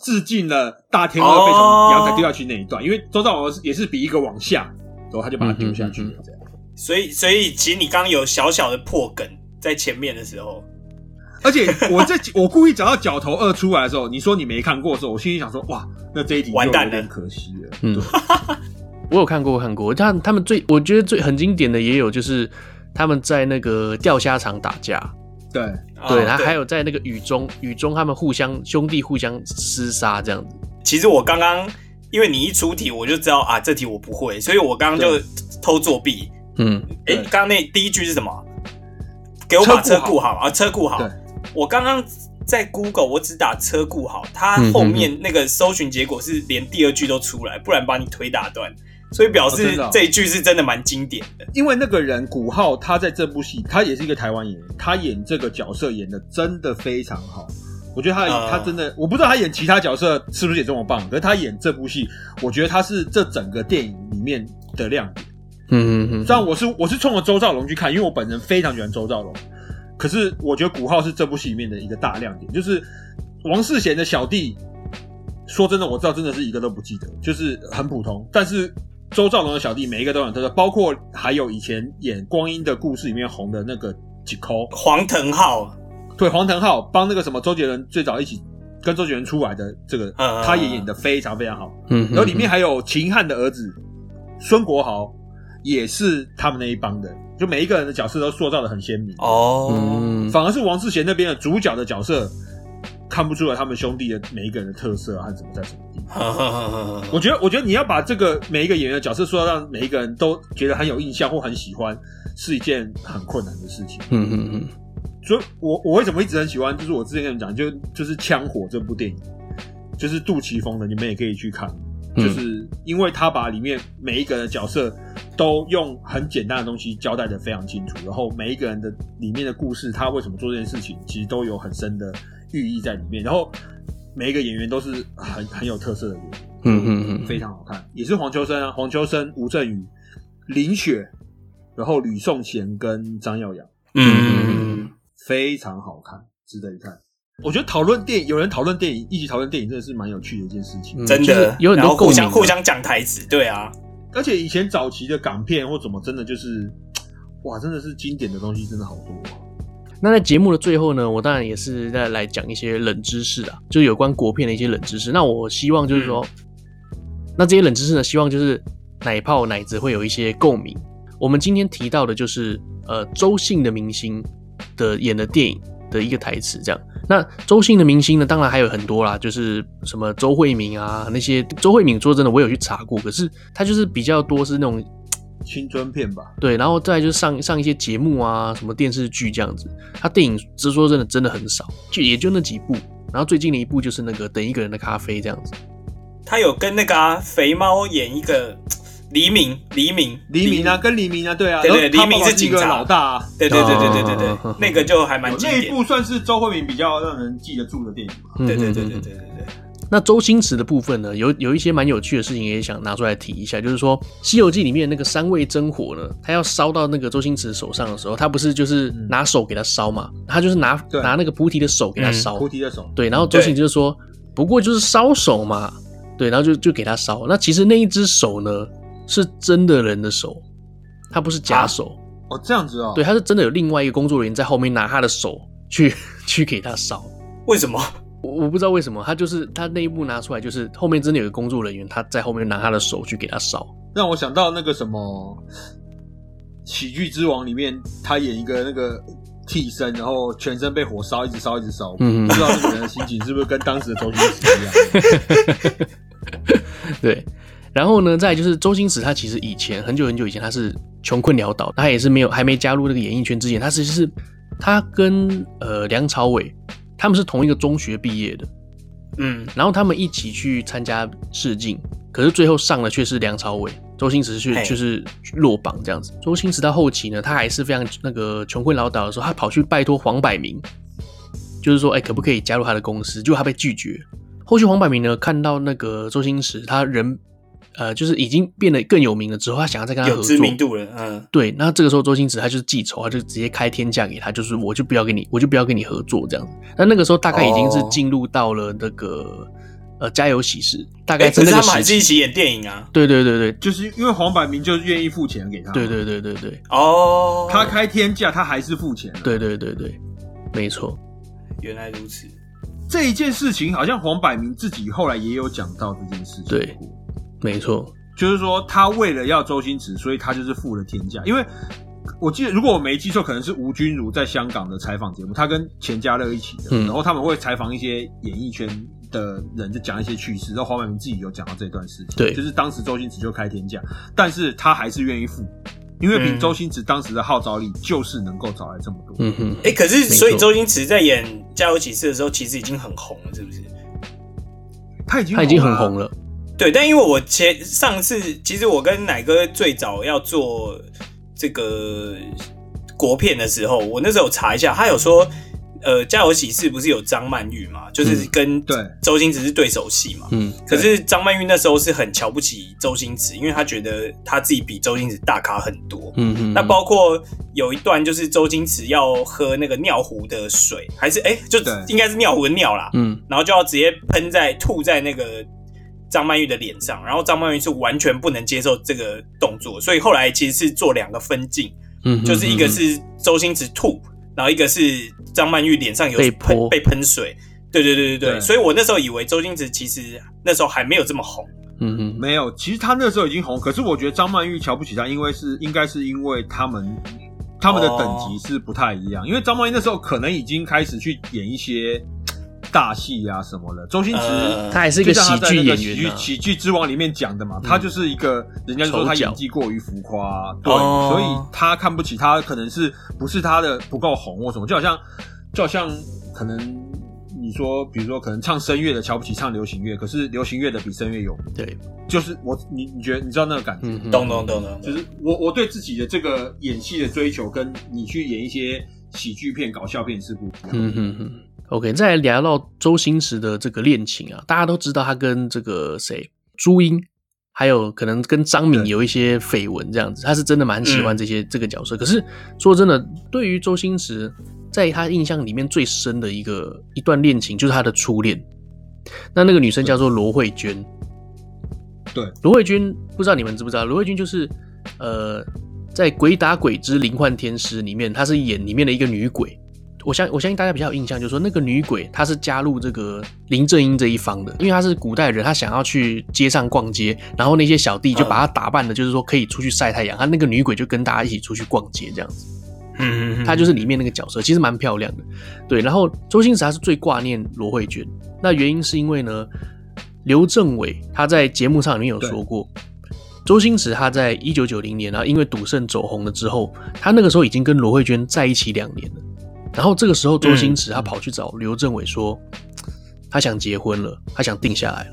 S1: 致敬了大天鹅被
S3: 哦
S1: 从阳台丢下去那一段。因为周兆龙也是比一个往下，然后他就把他丢下去了
S3: 嗯嗯
S1: 这样。
S2: 所以所以其实你刚刚有小小的破梗在前面的时候，
S1: 而且我这我故意找到角头二出来的时候，你说你没看过的时候，我心里想说哇，那这一题就
S2: 完蛋了
S1: 有点可惜了。
S3: 嗯
S1: 对，
S3: 我有看过，我看过。他他们最，我觉得最很经典的也有就是他们在那个钓虾场打架，
S1: 对，
S2: 啊
S3: 对，他还有在那个雨中，雨中他们互相兄弟互相厮杀这样子。
S2: 其实我刚刚因为你一出题，我就知道啊，这题我不会，所以我刚刚就偷作弊。
S3: 嗯，
S2: 诶，
S1: 对
S2: 刚刚那第一句是什么？给我把车
S1: 车
S2: 顾
S1: 顾
S2: 好啊，车顾好
S1: 对。
S2: 我刚刚在 Google 我只打车顾好，它后面那个搜寻结果是连第二句都出来，不然把你腿打断。所以表
S1: 哦
S2: 示
S1: 真的哦
S2: 这一句是真的蛮经典的。
S1: 因为那个人古浩，他在这部戏，他也是一个台湾演员，他演这个角色演的真的非常好。我觉得他、
S2: 啊
S1: 他真的，我不知道他演其他角色是不是也这么棒，可是他演这部戏，我觉得他是这整个电影里面的亮点。
S3: 嗯嗯
S1: 虽然我是我是冲着周兆龙去看，因为我本人非常喜欢周兆龙，可是我觉得古浩是这部戏里面的一个大亮点，就是王世贤的小弟。说真的，我知道真的是一个都不记得，就是很普通。但是周兆龙的小弟每一个都很特色，包括还有以前演《光阴的故事》里面红的那个几抠，
S2: 黄腾浩，
S1: 对黄腾浩帮那个什么周杰伦最早一起跟周杰伦出来的这个，
S2: 嗯
S1: 他也演的非常非常好。
S3: 嗯，
S1: 然后里面还有秦汉的儿子孙国豪，也是他们那一帮的，就每一个人的角色都塑造的很鲜明。
S2: 哦，
S3: 嗯，
S1: 反而是王志贤那边的主角的角色，看不出来他们兄弟的每一个人的特色啊和怎么在什么地方。
S3: 哦
S2: 呵呵呵呵呵
S1: 我觉得，我觉得你要把这个每一个演员的角色说到让每一个人都觉得很有印象或很喜欢，是一件很困难的事情。
S3: 嗯嗯嗯，
S1: 所以我我为什么一直很喜欢，就是我之前跟你们讲，就就是《枪火》这部电影，就是杜琪峰的，你们也可以去看，
S3: 嗯
S1: 就是因为他把里面每一个人的角色都用很简单的东西交代的非常清楚，然后每一个人的里面的故事，他为什么做这件事情，其实都有很深的寓意在里面，然后每一个演员都是很很有特色的演员。
S3: 嗯嗯嗯，
S1: 非常好看，也是黄秋生啊，黄秋生、吴镇宇、林雪，然后吕颂贤跟张耀扬，
S2: 嗯，
S1: 非常好看，值得一看。我觉得讨论电影，有人讨论电影，一起讨论电影，真的是蛮有趣的一件事情。
S3: 嗯
S2: 真
S3: 就是
S2: 的
S3: 有很多
S2: 然后
S3: 共
S2: 互
S3: 鸣
S2: 相
S3: 啊
S2: 互相讲台词，对啊，
S1: 而且以前早期的港片或怎么，真的就是，哇，真的是经典的东西，真的好多、啊。
S3: 那在节目的最后呢，我当然也是在来讲一些冷知识啊，就是有关国片的一些冷知识。那我希望就是说，那这些冷知识呢，希望就是奶泡奶子会有一些共鸣。我们今天提到的就是呃周姓的明星的演的电影的一个台词，这样。那周姓的明星呢，当然还有很多啦，就是什么周慧敏啊那些。周慧敏说真的，我有去查过，可是她就是比较多是那种
S1: 青春片吧，
S3: 对，然后再来就是上上一些节目啊，什么电视剧这样子。他电影直说真的真的很少，就也就那几部。然后最近的一部就是那个《等一个人的咖啡》这样子。
S2: 他有跟那个啊肥猫演一个黎明，黎明，
S1: 黎明啊，，跟黎明啊，对啊，
S2: 对对
S1: 然后他
S2: 黎明
S1: 爸爸
S2: 是
S1: 一个
S2: 警察
S1: 老大、啊。
S2: 对对对对对对
S3: 哦
S2: 对
S3: 呵呵，
S2: 那个就还蛮经
S1: 那一
S2: 典，
S1: 部算是周慧敏比较让人记得住的电影吧。
S2: 对对对对对
S3: 嗯。嗯嗯
S2: 对对，
S3: 那周星驰的部分呢，有有一些蛮有趣的事情也想拿出来提一下，就是说《西游记》里面那个三味真火呢，他要烧到那个周星驰手上的时候，他不是就是
S2: 嗯
S3: 拿手给他烧嘛，他就是拿
S1: 对
S3: 拿那个菩提的手给他
S2: 嗯
S3: 烧，
S1: 菩提的手，
S3: 对，然后周星驰就说，不过就是烧手嘛，对，然后就就给他烧。那其实那一只手呢，是真的人的手，他不是假
S2: 啊
S3: 手，
S1: 哦，这样子哦，
S3: 对，，他是真的有另外一个工作人员在后面拿他的手去 去给他烧。
S2: 为什么？
S3: 我我不知道为什么，他就是他那一幕拿出来，就是后面真的有个工作人员，他在后面拿他的手去给他烧。
S1: 让我想到那个什么《喜剧之王》里面，他演一个那个替身，然后全身被火烧，一直烧，一直烧。
S3: 嗯
S1: 不知道那个人的心情是不是跟当时的周星驰一 样？
S3: 对，然后呢，再来就是周星驰，他其实以前很久很久以前他是穷困潦倒，他也是没有还没加入这个演艺圈之前，他其实是他跟呃梁朝伟他们是同一个中学毕业的，
S2: 嗯，
S3: 然后他们一起去参加试镜，可是最后上的却是梁朝伟，周星驰去
S2: 嘿
S3: 就是落榜这样子。周星驰到后期呢，他还是非常那个穷困潦倒的时候，他跑去拜托黄百鸣，就是说，哎、可不可以加入他的公司？结果他被拒绝。后续黄百鸣呢，看到那个周星驰，他人呃，就是已经变得更有名了之后，他想要再跟他
S2: 有
S3: 合
S2: 知
S3: 作。
S2: 名度了，嗯，
S3: 对，那这个时候周星驰他就是记仇，他就直接开天价给他，就是我就不要跟你，我就不要跟你合作这样子。那那个时候大概已经是
S2: 哦
S3: 进入到了那个、呃家有喜事，大概
S2: 哎，可
S3: 在
S2: 是
S3: 那
S2: 他
S3: 个
S2: 们还是
S3: 时期。
S2: 一起演电影啊，
S3: 对对对对
S1: 就是因为黄百鸣就是愿意付钱给他，
S3: 对，对对对对
S2: 哦，
S1: 他开天价，他还是付钱、啊。
S3: 对对对对，没错。
S2: 原来如此，
S1: 这一件事情，好像黄百鸣自己后来也有讲到这件事情。
S3: 对没错，
S1: 就是说他为了要周星驰，所以他就是付了天价。因为我记得，如果我没记错，可能是吴君如在香港的采访节目，他跟钱嘉乐一起的，
S3: 嗯
S1: 然后他们会采访一些演艺圈的人，就讲一些趣事。然后黄百鸣自己有讲到这段事情，
S3: 对
S1: 就是当时周星驰就开天价，但是他还是愿意付，因为凭
S2: 嗯
S1: 周星驰当时的号召力，就是能够找来这么多。
S3: 嗯哼，
S2: 哎，可是
S3: 错
S2: 所以周星驰在演《家有喜事》的时候，其实已经很红了，是不是？
S1: 他已经
S3: 他已经很红
S1: 了，啊
S3: 了。
S2: 对，但因为我前上次其实我跟奶哥最早要做这个国片的时候，我那时候有查一下，他有说，呃，《家有喜事》不是有张曼玉嘛，就是
S3: 嗯
S2: 跟
S1: 对
S2: 周星驰是对手戏嘛。
S3: 嗯
S2: 可是张曼玉那时候是很瞧不起周星驰，因为她觉得她自己比周星驰大咖很多。
S3: 嗯哼，
S2: 那包括有一段就是周星驰要喝那个尿壶的水，还是哎、就
S1: 对
S2: 应该是尿壶的尿啦，
S3: 嗯
S2: 然后就要直接喷在吐在那个张曼玉的脸上，然后张曼玉是完全不能接受这个动作，所以后来其实是做两个分镜，
S3: 嗯
S2: 就是一个是周星驰吐，然后一个是张曼玉脸上有
S3: 被
S2: 喷
S3: 泼
S2: 被喷水。对对对对对，
S1: 对
S2: 所以我那时候以为周星驰其实那时候还没有这么红。
S3: 嗯嗯
S1: 没有，其实他那时候已经红，可是我觉得张曼玉瞧不起他，因为是应该是因为他们他们的等级是不太一
S2: 哦
S1: 样，因为张曼玉那时候可能已经开始去演一些大戏啊什么的。周星驰、
S2: 呃
S3: 嗯，他还是一个喜剧演
S1: 喜
S3: 员、
S1: 剧
S3: 啊，
S1: 喜剧之王里面讲的嘛，他就是一个人家就说他演技过于浮夸，对，
S2: 哦
S1: 所以他看不起他，可能是不是他的不够红或什么，就好像就好像可能你说，比如说可能唱声乐的瞧不起唱流行乐，可是流行乐的比声乐有名，
S3: 对，
S1: 就是我你你觉得你知道那个感觉，
S3: 嗯哼
S2: 懂懂懂懂，
S1: 就是我我对自己的这个演戏的追求，跟你去演一些喜剧片、搞笑片是不一样的。
S3: 嗯哼哼。OK，再来聊到周星驰的这个恋情啊，大家都知道他跟这个谁朱茵，还有可能跟张敏
S1: 对嗯
S3: 有一些绯闻这样子，他是真的蛮喜欢这些、这个角色。可是说真的，对于周星驰，在他印象里面最深的一个一段恋情就是他的初恋，那那个女生叫做罗慧娟。
S1: 对，
S3: 罗慧娟不知道你们知不知道，罗慧娟就是呃，在《鬼打鬼之灵幻天师》里面，她是演里面的一个女鬼。我相我相信大家比较有印象，就是说那个女鬼她是加入这个林正英这一方的，因为她是古代人，她想要去街上逛街，然后那些小弟就把她打扮的，就是说可以出去晒太阳，她那个女鬼就跟大家一起出去逛街这样子。
S2: 嗯嗯，
S3: 她就是里面那个角色，其实蛮漂亮的。对，然后周星驰他是最挂念罗慧娟，那原因是因为呢，刘镇伟他在节目上里面有说过，周星驰他在一九九零年啊，因为赌圣走红了之后，他那个时候已经跟罗慧娟在一起两年了。然后这个时候，周星驰他跑去找刘镇伟说，他想结婚了，他想定下来了。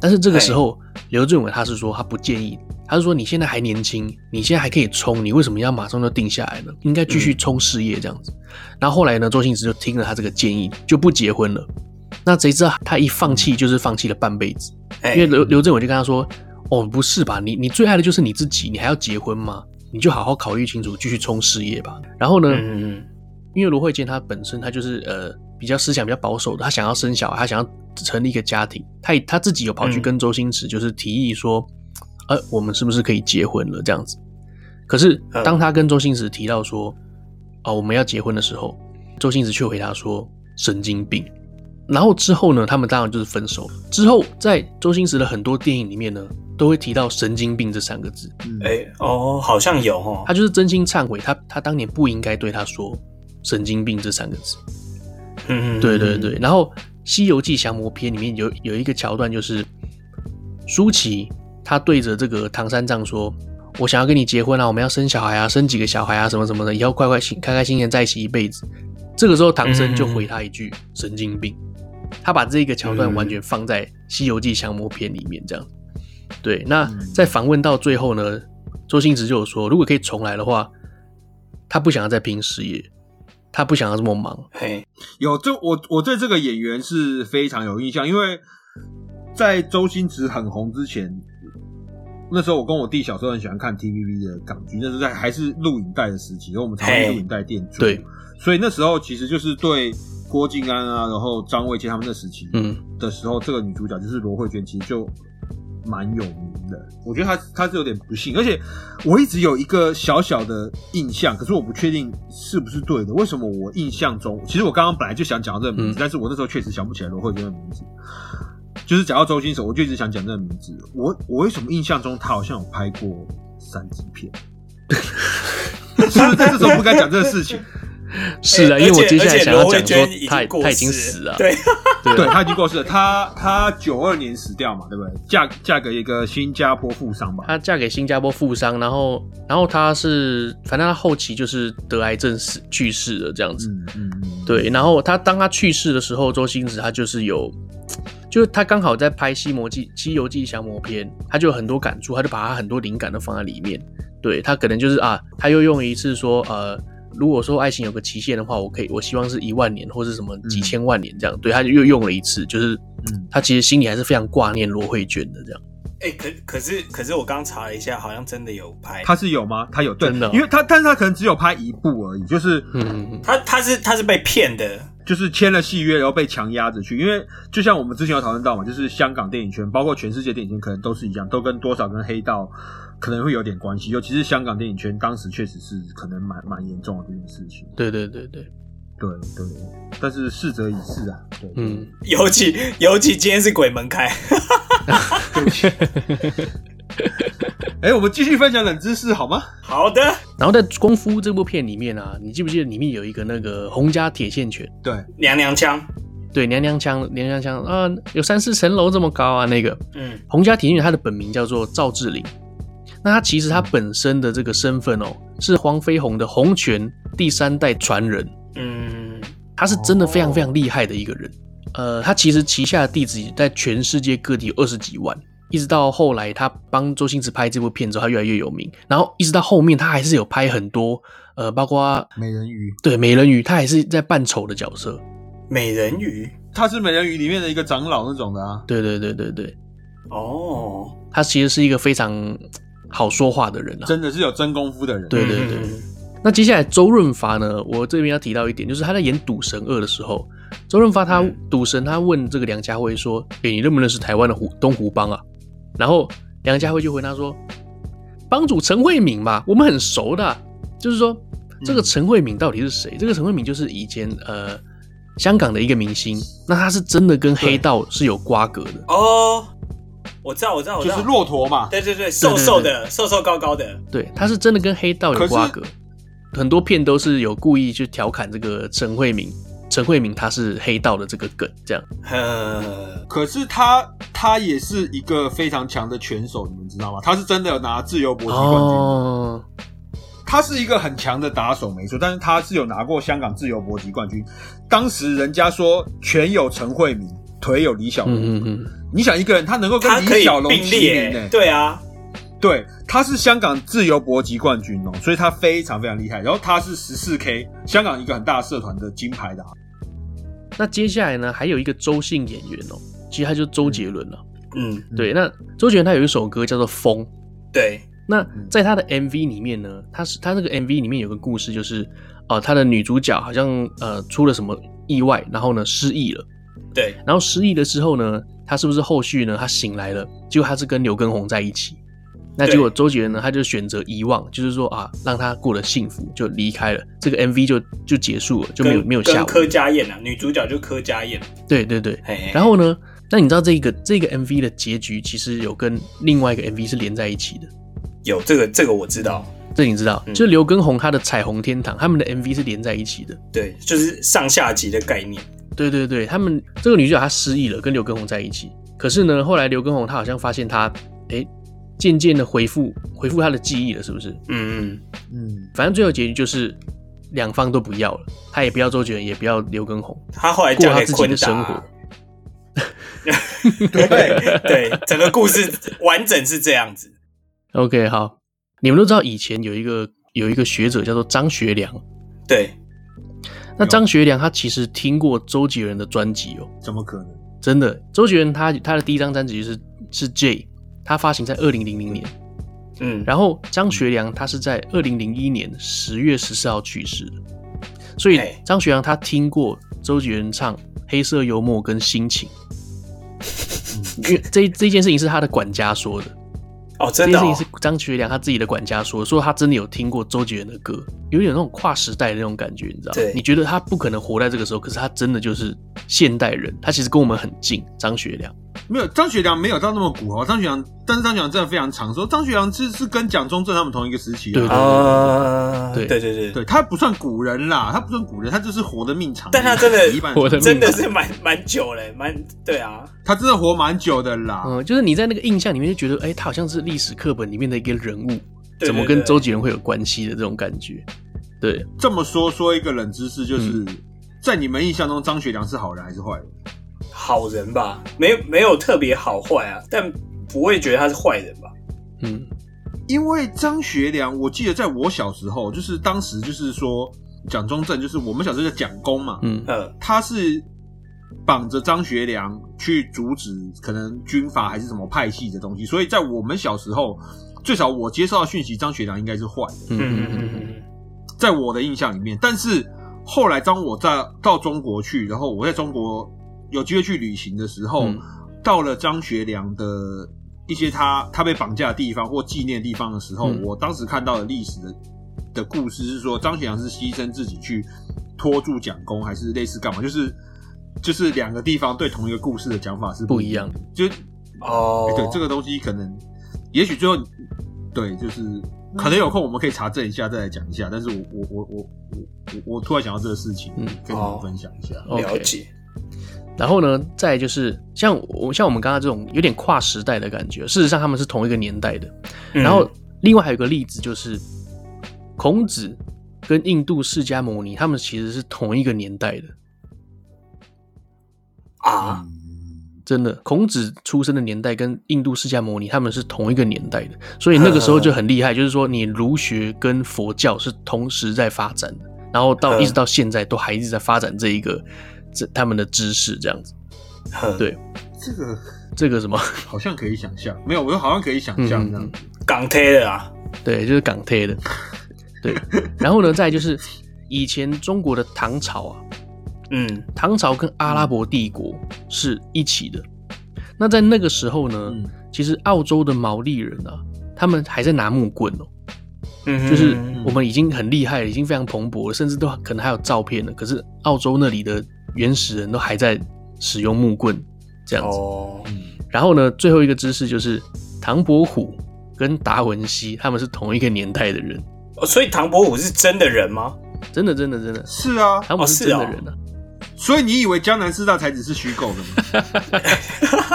S3: 但是这个时候，刘镇伟他是说他不建议，他是说你现在还年轻，你现在还可以冲，你为什么要马上就定下来呢？应该继续冲事业这样子。然后后来呢，周星驰就听了他这个建议，就不结婚了。那谁知道他一放弃就是放弃了半辈子，
S2: 哎
S3: 因为刘刘镇伟就跟他说：“哦，不是吧，你你最爱的就是你自己，你还要结婚吗？你就好好考虑清楚，继续冲事业吧。”然后呢，
S2: 嗯嗯
S3: 因为罗慧娟她本身她就是呃比较思想比较保守的，她想要生小孩，她想要成立一个家庭，她也她自己有跑去
S2: 嗯
S3: 跟周星驰就是提议说，呃，我们是不是可以结婚了这样子？可是
S2: 嗯
S3: 当她跟周星驰提到说，哦，我们要结婚的时候，周星驰却回答说神经病。然后之后呢，他们当然就是分手了。之后在周星驰的很多电影里面呢，都会提到“神经病”这三个字。
S1: 嗯
S2: 嗯，哎哦，好像有哦
S3: 他，就是真心忏悔，他他当年不应该对他说“神经病”这三个字。
S2: 嗯嗯，嗯
S3: 对对，对，然后《西游记降魔篇》里面有有一个桥段，就是舒淇她对着这个唐三藏说：“我想要跟你结婚啊，我们要生小孩啊，生几个小孩啊，什么什么的，以后快快心开开心心地在一起一辈子。”这个时候，唐僧就回他一句：“神经病。”他把这个桥段完全放在《西游记降魔篇》里面，这样。对，那
S1: 嗯
S3: 在访问到最后呢，周星驰就有说，如果可以重来的话，他不想要再拼事业，他不想要这么忙。
S2: 嘿，
S1: 有这我我对这个演员是非常有印象，因为在周星驰很红之前，那时候我跟我弟小时候很喜欢看 TVB 的港剧，那时候在还是录影带的时期，然后我们常
S2: 嘿
S1: 用录影带店租，
S3: 对，
S1: 所以那时候其实就是对郭晋安啊，然后张卫健他们那时期
S3: 嗯。
S1: 的时候，这个女主角就是罗慧娟，其实就蛮有名的。我觉得她她是有点不幸，而且我一直有一个小小的印象，可是我不确定是不是对的。为什么我印象中，其实我刚刚本来就想讲到这个名字，
S3: 嗯
S1: 但是我那时候确实想不起来罗慧娟的名字。就是讲到周星驰，我就一直想讲这个名字。我我为什么印象中他好像有拍过三级片？是不是在这时候不该讲这个事情？
S3: 是啊，
S2: 哎
S3: 因为我
S2: 而且
S3: 接下来
S2: 而且
S3: 想要
S2: 罗慧
S3: 讲说
S2: 娟已经
S3: 他
S2: 过
S3: 他已经
S2: 世
S3: 死了，
S2: 对，
S1: 对
S3: 对啊
S1: 他已经过世了，他他九二年死掉嘛，对不对？嫁嫁给一个新加坡富商吧，
S3: 她嫁给新加坡富商，然后然后她是反正她后期就是得癌症死去世了这样子。
S1: 嗯嗯嗯，
S3: 对，然后她当她去世的时候，周星驰他就是有，就是他刚好在拍《西魔记》《西游记降魔篇》，他就有很多感触，他就把他很多灵感都放在里面。对他可能就是啊，他又用一次说呃。如果说爱情有个期限的话，我可以，我希望是一万年或是什么几千万年这样。对，他就又用了一次，就是
S1: 嗯
S3: 他其实心里还是非常挂念罗慧娟的这样。
S2: 哎，可可是可是我刚查了一下，好像真的有拍，
S1: 他是有吗？他有，对，
S3: 真的哦
S1: 因为他但是他可能只有拍一部而已，就是
S3: 嗯，
S2: 他他是他是被骗的，
S1: 就是签了契约，然后被强压着去。因为就像我们之前有讨论到嘛，就是香港电影圈，包括全世界电影圈，可能都是一样，都跟多少跟黑道可能会有点关系。尤其是香港电影圈，当时确实是可能蛮蛮严重的这件事情。
S3: 对对对对，
S1: 对对，但是逝者已逝啊。对，
S3: 嗯，
S2: 尤其尤其今天是鬼门开，
S1: 哎、我们继续分享冷知识好吗？
S2: 好的，
S3: 然后在《功夫》这部片里面啊，你记不记得里面有一个那个洪家铁线拳？
S1: 对，
S2: 娘娘腔，
S3: 对，娘娘腔，娘娘腔啊，有三四层楼这么高啊，那个
S2: 嗯
S3: 洪家铁线拳，他的本名叫做赵志林。那他其实他本身的这个身份哦，是黄飞鸿的洪拳第三代传人。
S2: 嗯，
S3: 他是真的非常非常厉害的一个人。呃，他其实旗下的弟子在全世界各地有二十几万，一直到后来他帮周星驰拍这部片之后，他越来越有名。然后一直到后面，他还是有拍很多，呃，包括
S1: 美人鱼，
S3: 对美人鱼，他还是在扮丑的角色。
S2: 美人鱼，
S1: 他是美人鱼里面的一个长老那种的啊。
S3: 对对对对对，
S2: 哦，
S3: 他其实是一个非常好说话的人啊。
S1: 真的是有真功夫的人。
S3: 对对
S2: 嗯
S3: 对那接下来周润发呢？我这边要提到一点，就是他在演《赌神二》的时候，周润发他
S2: 嗯
S3: 赌神他问这个梁家辉说：“诶、你认不认识台湾的湖东湖帮啊？”然后梁家辉就回答说：“帮主陈慧敏嘛，我们很熟的啊、就是说，这个陈慧敏到底是谁？这个陈慧敏就是以前呃香港的一个明星，那他是真的跟黑道是有瓜葛的。
S2: 哦，我知道，我知道，我知
S1: 就
S2: 道，
S1: 是骆驼嘛。
S2: 对对对，瘦瘦的，瘦瘦高高的，
S3: 对，他是真的跟黑道
S1: 可
S3: 有
S1: 是
S3: 瓜葛，很多片都是有故意去调侃这个陈慧敏，陈慧敏她是黑道的这个梗，这样。
S2: 呃，
S1: 可是他他也是一个非常强的拳手，你们知道吗？他是真的有拿自由搏击冠军，
S3: 哦，
S1: 他是一个很强的打手，没错。但是他是有拿过香港自由搏击冠军。当时人家说拳有陈慧敏，腿有李小龙。
S3: 嗯嗯嗯，
S1: 你想一个人他能够
S2: 他
S1: 跟
S2: 可
S1: 李
S2: 以
S1: 小龙
S2: 并
S1: 齐
S2: 列
S1: 名呢、
S2: 对啊，
S1: 对，他是香港自由搏击冠军哦，所以他非常非常厉害。然后他是十四 K 香港一个很大的社团的金牌的啊，
S3: 那接下来呢，还有一个周姓演员哦，其实他就是周杰伦了、
S2: 嗯，
S3: 对，那周杰伦他有一首歌叫做《风》，
S2: 对，
S3: 那在他的 MV 里面呢，他是他这个 MV 里面有个故事，就是呃，他的女主角好像呃出了什么意外，然后呢失忆了。
S2: 对，
S3: 然后失忆了之后呢，他是不是后续呢？他醒来了，结果他是跟刘畊宏在一起。那
S2: 对
S3: 结果周杰伦呢，他就选择遗忘，就是说啊，让他过得幸福，就离开了。这个 MV 就就结束了，就没有
S2: 跟
S3: 没有
S2: 跟
S3: 下文。
S2: 柯佳燕啊，女主角就柯佳燕，
S3: 对对对。
S2: 嘿嘿
S3: 然后呢，那你知道这个这个 MV 的结局其实有跟另外一个 MV 是连在一起的，
S2: 有这个这个我知道，
S3: 这你知道？
S2: 嗯
S3: 就是刘畊宏他的《彩虹天堂》他们的 MV 是连在一起的。
S2: 对，就是上下级的概念，
S3: 对对对，他们这个女主角她失忆了，跟刘畊宏在一起。可是呢，后来刘畊宏他好像发现她，哎，渐渐的恢复恢复她的记忆了，是不是？
S2: 嗯嗯，
S1: 嗯，
S3: 反正最后结局就是两方都不要了，他也不要周杰伦，也不要刘畊宏，
S2: 她后来
S3: 过
S2: 嫁
S3: 他
S2: 给
S3: 自己
S2: 昆
S3: 的生
S2: 达
S3: 活，。
S1: 对，
S2: 对，整个故事完整是这样子，
S3: OK，好，你们都知道以前有一个有一个学者叫做张学良，
S2: 对，
S3: 那张学良他其实听过周杰伦的专辑哦，
S1: 怎么可能？
S3: 真的，周杰伦他他的第一张专辑就是是 J，他发行在二零零零年。
S2: 嗯，
S3: 然后张学良他是在二零零一年十月十四号去世的，所以
S2: 哎
S3: 张学良他听过周杰伦唱《黑色幽默》跟《心 情》，因为这这件事情是他的管家说的，
S2: 哦，
S3: 这
S2: 真
S3: 件
S2: 的
S3: 事情
S2: 哦
S3: 是，张学良他自己的管家说的，说他真的有听过周杰伦的歌，有点那种跨时代的那种感觉，你知道吗
S2: 对？
S3: 你觉得他不可能活在这个时候，可是他真的就是现代人，他其实跟我们很近，张学良。
S1: 没有张学良没有到那么古哦，张学良，但是张学良真的非常长寿。张学良是是跟蒋中正他们同一个时期的
S3: 对
S1: 啊，
S2: 啊，
S3: 对
S2: 对对对
S1: 对他不算古人啦，他不算古人，他就是活的命长，
S2: 但他真的
S1: 一半
S3: 活得命
S2: 真的是蛮蛮久嘞，蛮对啊，
S1: 他真的活蛮久的啦。
S3: 嗯，就是你在那个印象里面就觉得，哎、他好像是历史课本里面的一个人物，
S2: 对
S3: 怎么
S2: 对
S3: 跟
S2: 对
S3: 周杰伦会有关系的这种感觉。对，
S1: 这么说说一个冷知识，就是、在你们印象中，张学良是好人还是坏人？
S2: 好人吧，没有没有特别好坏啊，但不会觉得他是坏人吧？
S3: 嗯，
S1: 因为张学良，我记得在我小时候，就是当时就是说蒋中正，就是我们小时候叫蒋公嘛，
S3: 嗯，
S2: 嗯，
S1: 他是绑着张学良去阻止可能军阀还是什么派系的东西，所以在我们小时候，最少我接受到讯息，张学良应该是坏的，
S2: 嗯
S3: 嗯嗯
S2: 嗯嗯
S3: 嗯嗯，
S2: 嗯，
S1: 在我的印象里面。但是后来当我在到中国去，然后我在中国有机会去旅行的时候，
S3: 嗯
S1: 到了张学良的一些他他被绑架的地方或纪念的地方的时候，
S3: 嗯
S1: 我当时看到的历史的的故事是说，张学良是牺牲自己去拖住蒋公，还是类似干嘛？就是就是两个地方对同一个故事的讲法是
S3: 不
S1: 一
S3: 一样的。
S1: 就
S2: 哦
S1: 欸对这个东西，可能也许最后对，就是
S3: 嗯
S1: 可能有空我们可以查证一下，再来讲一下。但是我我我我我我我突然想到这个事情，
S3: 嗯
S1: 跟你
S2: 哦
S1: 们分享一下。
S3: OK
S2: 了解，
S3: 然后呢，再来就是像我像我们刚刚这种有点跨时代的感觉，事实上他们是同一个年代的。
S2: 嗯
S3: 然后另外还有一个例子就是，孔子跟印度释迦牟尼他们其实是同一个年代的，
S2: 啊，
S1: 嗯
S3: 真的。孔子出生的年代跟印度释迦牟尼他们是同一个年代的，所以那个时候就很厉害，就是说你儒学跟佛教是同时在发展的，然后到
S2: 嗯
S3: 一直到现在都还一直在发展这一个这他们的知识这样子。
S2: 呵
S3: 嗯对
S1: 这个
S3: 这个什么？
S1: 好像可以想象，没有，我好像可以想象
S3: 嗯
S1: 这样。
S2: 港贴的啊，
S3: 对，就是港铁的。对，然后呢，再来就是以前中国的唐朝啊，
S2: 嗯
S3: 唐朝跟阿拉伯帝国是一起的。那在那个时候呢，
S1: 嗯
S3: 其实澳洲的毛利人啊，他们还在拿木棍哦，
S2: 嗯哼，
S3: 就是我们已经很厉害了，已经非常蓬勃了，甚至都可能还有照片了。可是澳洲那里的原始人都还在使用木棍这样子。
S2: 哦，
S1: 嗯
S3: 然后呢，最后一个知识就是唐伯虎跟达文西他们是同一个年代的人，
S2: 哦所以唐伯虎是真的人吗？
S3: 真的，真的，真的。
S1: 是啊，
S3: 他们
S2: 哦
S3: 是
S2: 是
S3: 真
S2: 哦
S3: 的人啊，
S1: 所以你以为江南四大才子是虚构的吗？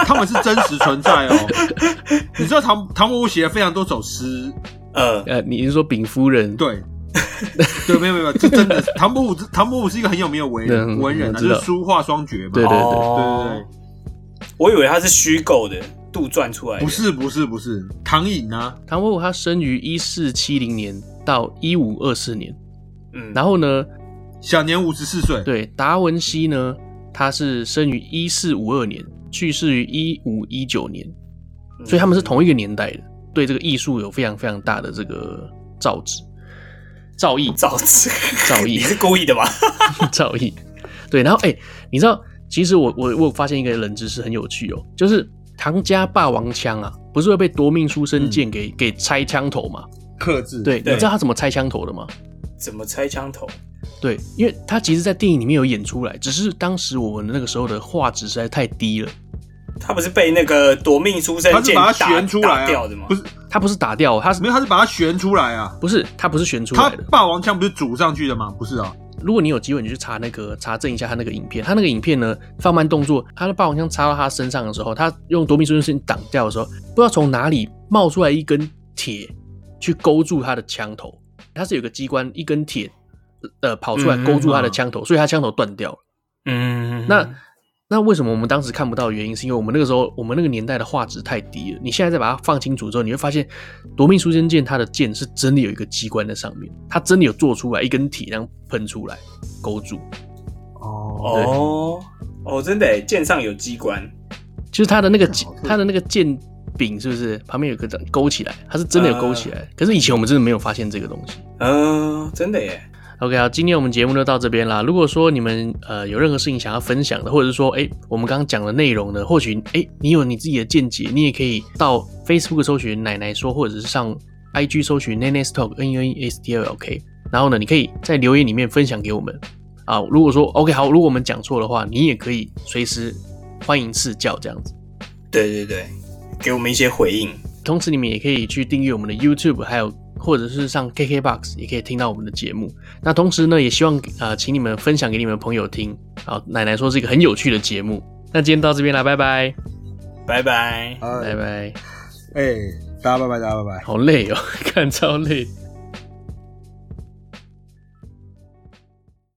S1: 他们是真实存在哦。 你知道唐唐伯虎写了非常多首诗，
S2: 呃，
S3: 呃，你是说丙夫人？
S1: 对， 对，没有没有，没有这真的唐伯虎，唐伯虎是一个很有名的文人
S3: 嗯
S1: 文人啊，
S3: 我知
S1: 就
S3: 道
S1: 是书画双绝嘛。
S3: 对对
S1: 对对
S2: 哦，我以为他是虚构的，杜撰出来的，
S1: 不是不是不是，唐寅啊，
S3: 唐伯虎他生于一四七零年到一五二四年，
S2: 嗯，
S3: 然后呢，
S1: 享年五十四岁。
S3: 对达文西呢，他是生于一四五二年，去世于一五一九年，
S2: 嗯
S3: 所以他们是同一个年代的，对这个艺术有非常非常大的这个造诣，造诣，
S2: 造次，
S3: 造诣
S2: 嗯 你是故意的吧？
S3: 造诣。对，然后哎、你知道，其实我我我有发现一个冷知识很有趣哦，就是唐家霸王枪啊，不是会被夺命书生剑给、给拆枪头嘛？
S1: 克制，
S3: 对，
S2: 对
S3: 你知道他怎么拆枪头的吗？
S2: 怎么拆枪头？
S3: 对，因为他其实，在电影里面有演出来，只是当时我们那个时候的画质实在太低了，
S2: 他不是被那个夺命书生
S1: 他是
S2: 剑
S1: 把
S2: 打
S1: 它悬出
S2: 打
S1: 来
S2: 掉
S1: 啊
S2: 的吗，
S1: 不？是
S3: 他不是打掉，他是
S1: 没有，他是把它悬出来啊。
S3: 不是他不是悬出
S1: 他
S3: 来的？
S1: 霸王枪不是组上去的吗？不是啊，
S3: 如果你有机会，你去查那个查证一下他那个影片，他那个影片呢，放慢动作，他的霸王枪插到他身上的时候，他用夺命书生挡掉的时候，不知道从哪里冒出来一根铁去勾住他的枪头，他是有个机关，一根铁呃跑出来勾住他的枪头，所以他枪头断掉了。
S2: 嗯，
S3: 那那为什么我们当时看不到的原因，是因为我们那个时候我们那个年代的画质太低了。你现在再把它放清楚之后，你会发现夺命书生剑它的剑是真的有一个机关在上面，它真的有做出来一根铁这样喷出来勾住。
S1: 哦，
S2: 哦哦，真的耶，剑上有机关，
S3: 就是它的那个
S1: 这好特别
S3: 它的那个剑柄是不是旁边有个这样勾起来？它是真的有勾起来。
S1: 啊
S3: 可是以前我们真的没有发现这个东西。
S2: 嗯、真的耶，
S3: OK 啊，今天我们节目就到这边啦。如果说你们呃有任何事情想要分享的，或者是说哎、我们刚刚讲的内容呢，或许哎、你有你自己的见解，你也可以到 Facebook 搜寻奶奶说，或者是上 IG 搜寻 Nene Talk N U N E S T L K。然后呢，你可以在留言里面分享给我们啊。如果说 OK 好，如果我们讲错的话，你也可以随时欢迎赐教这样子。
S2: 对对对，给我们一些回应，
S3: 同时，你们也可以去订阅我们的 YouTube，还有或者是上 KKBox，也可以听到我们的节目。那同时呢，也希望呃，请你们分享给你们的朋友听。好，奶奶说是一个很有趣的节目。那今天到这边啦，拜拜，
S2: 拜拜。
S1: 呃
S3: 拜拜。
S1: 哎哎，大家拜拜，大家拜拜。
S3: 好累哦，看超累。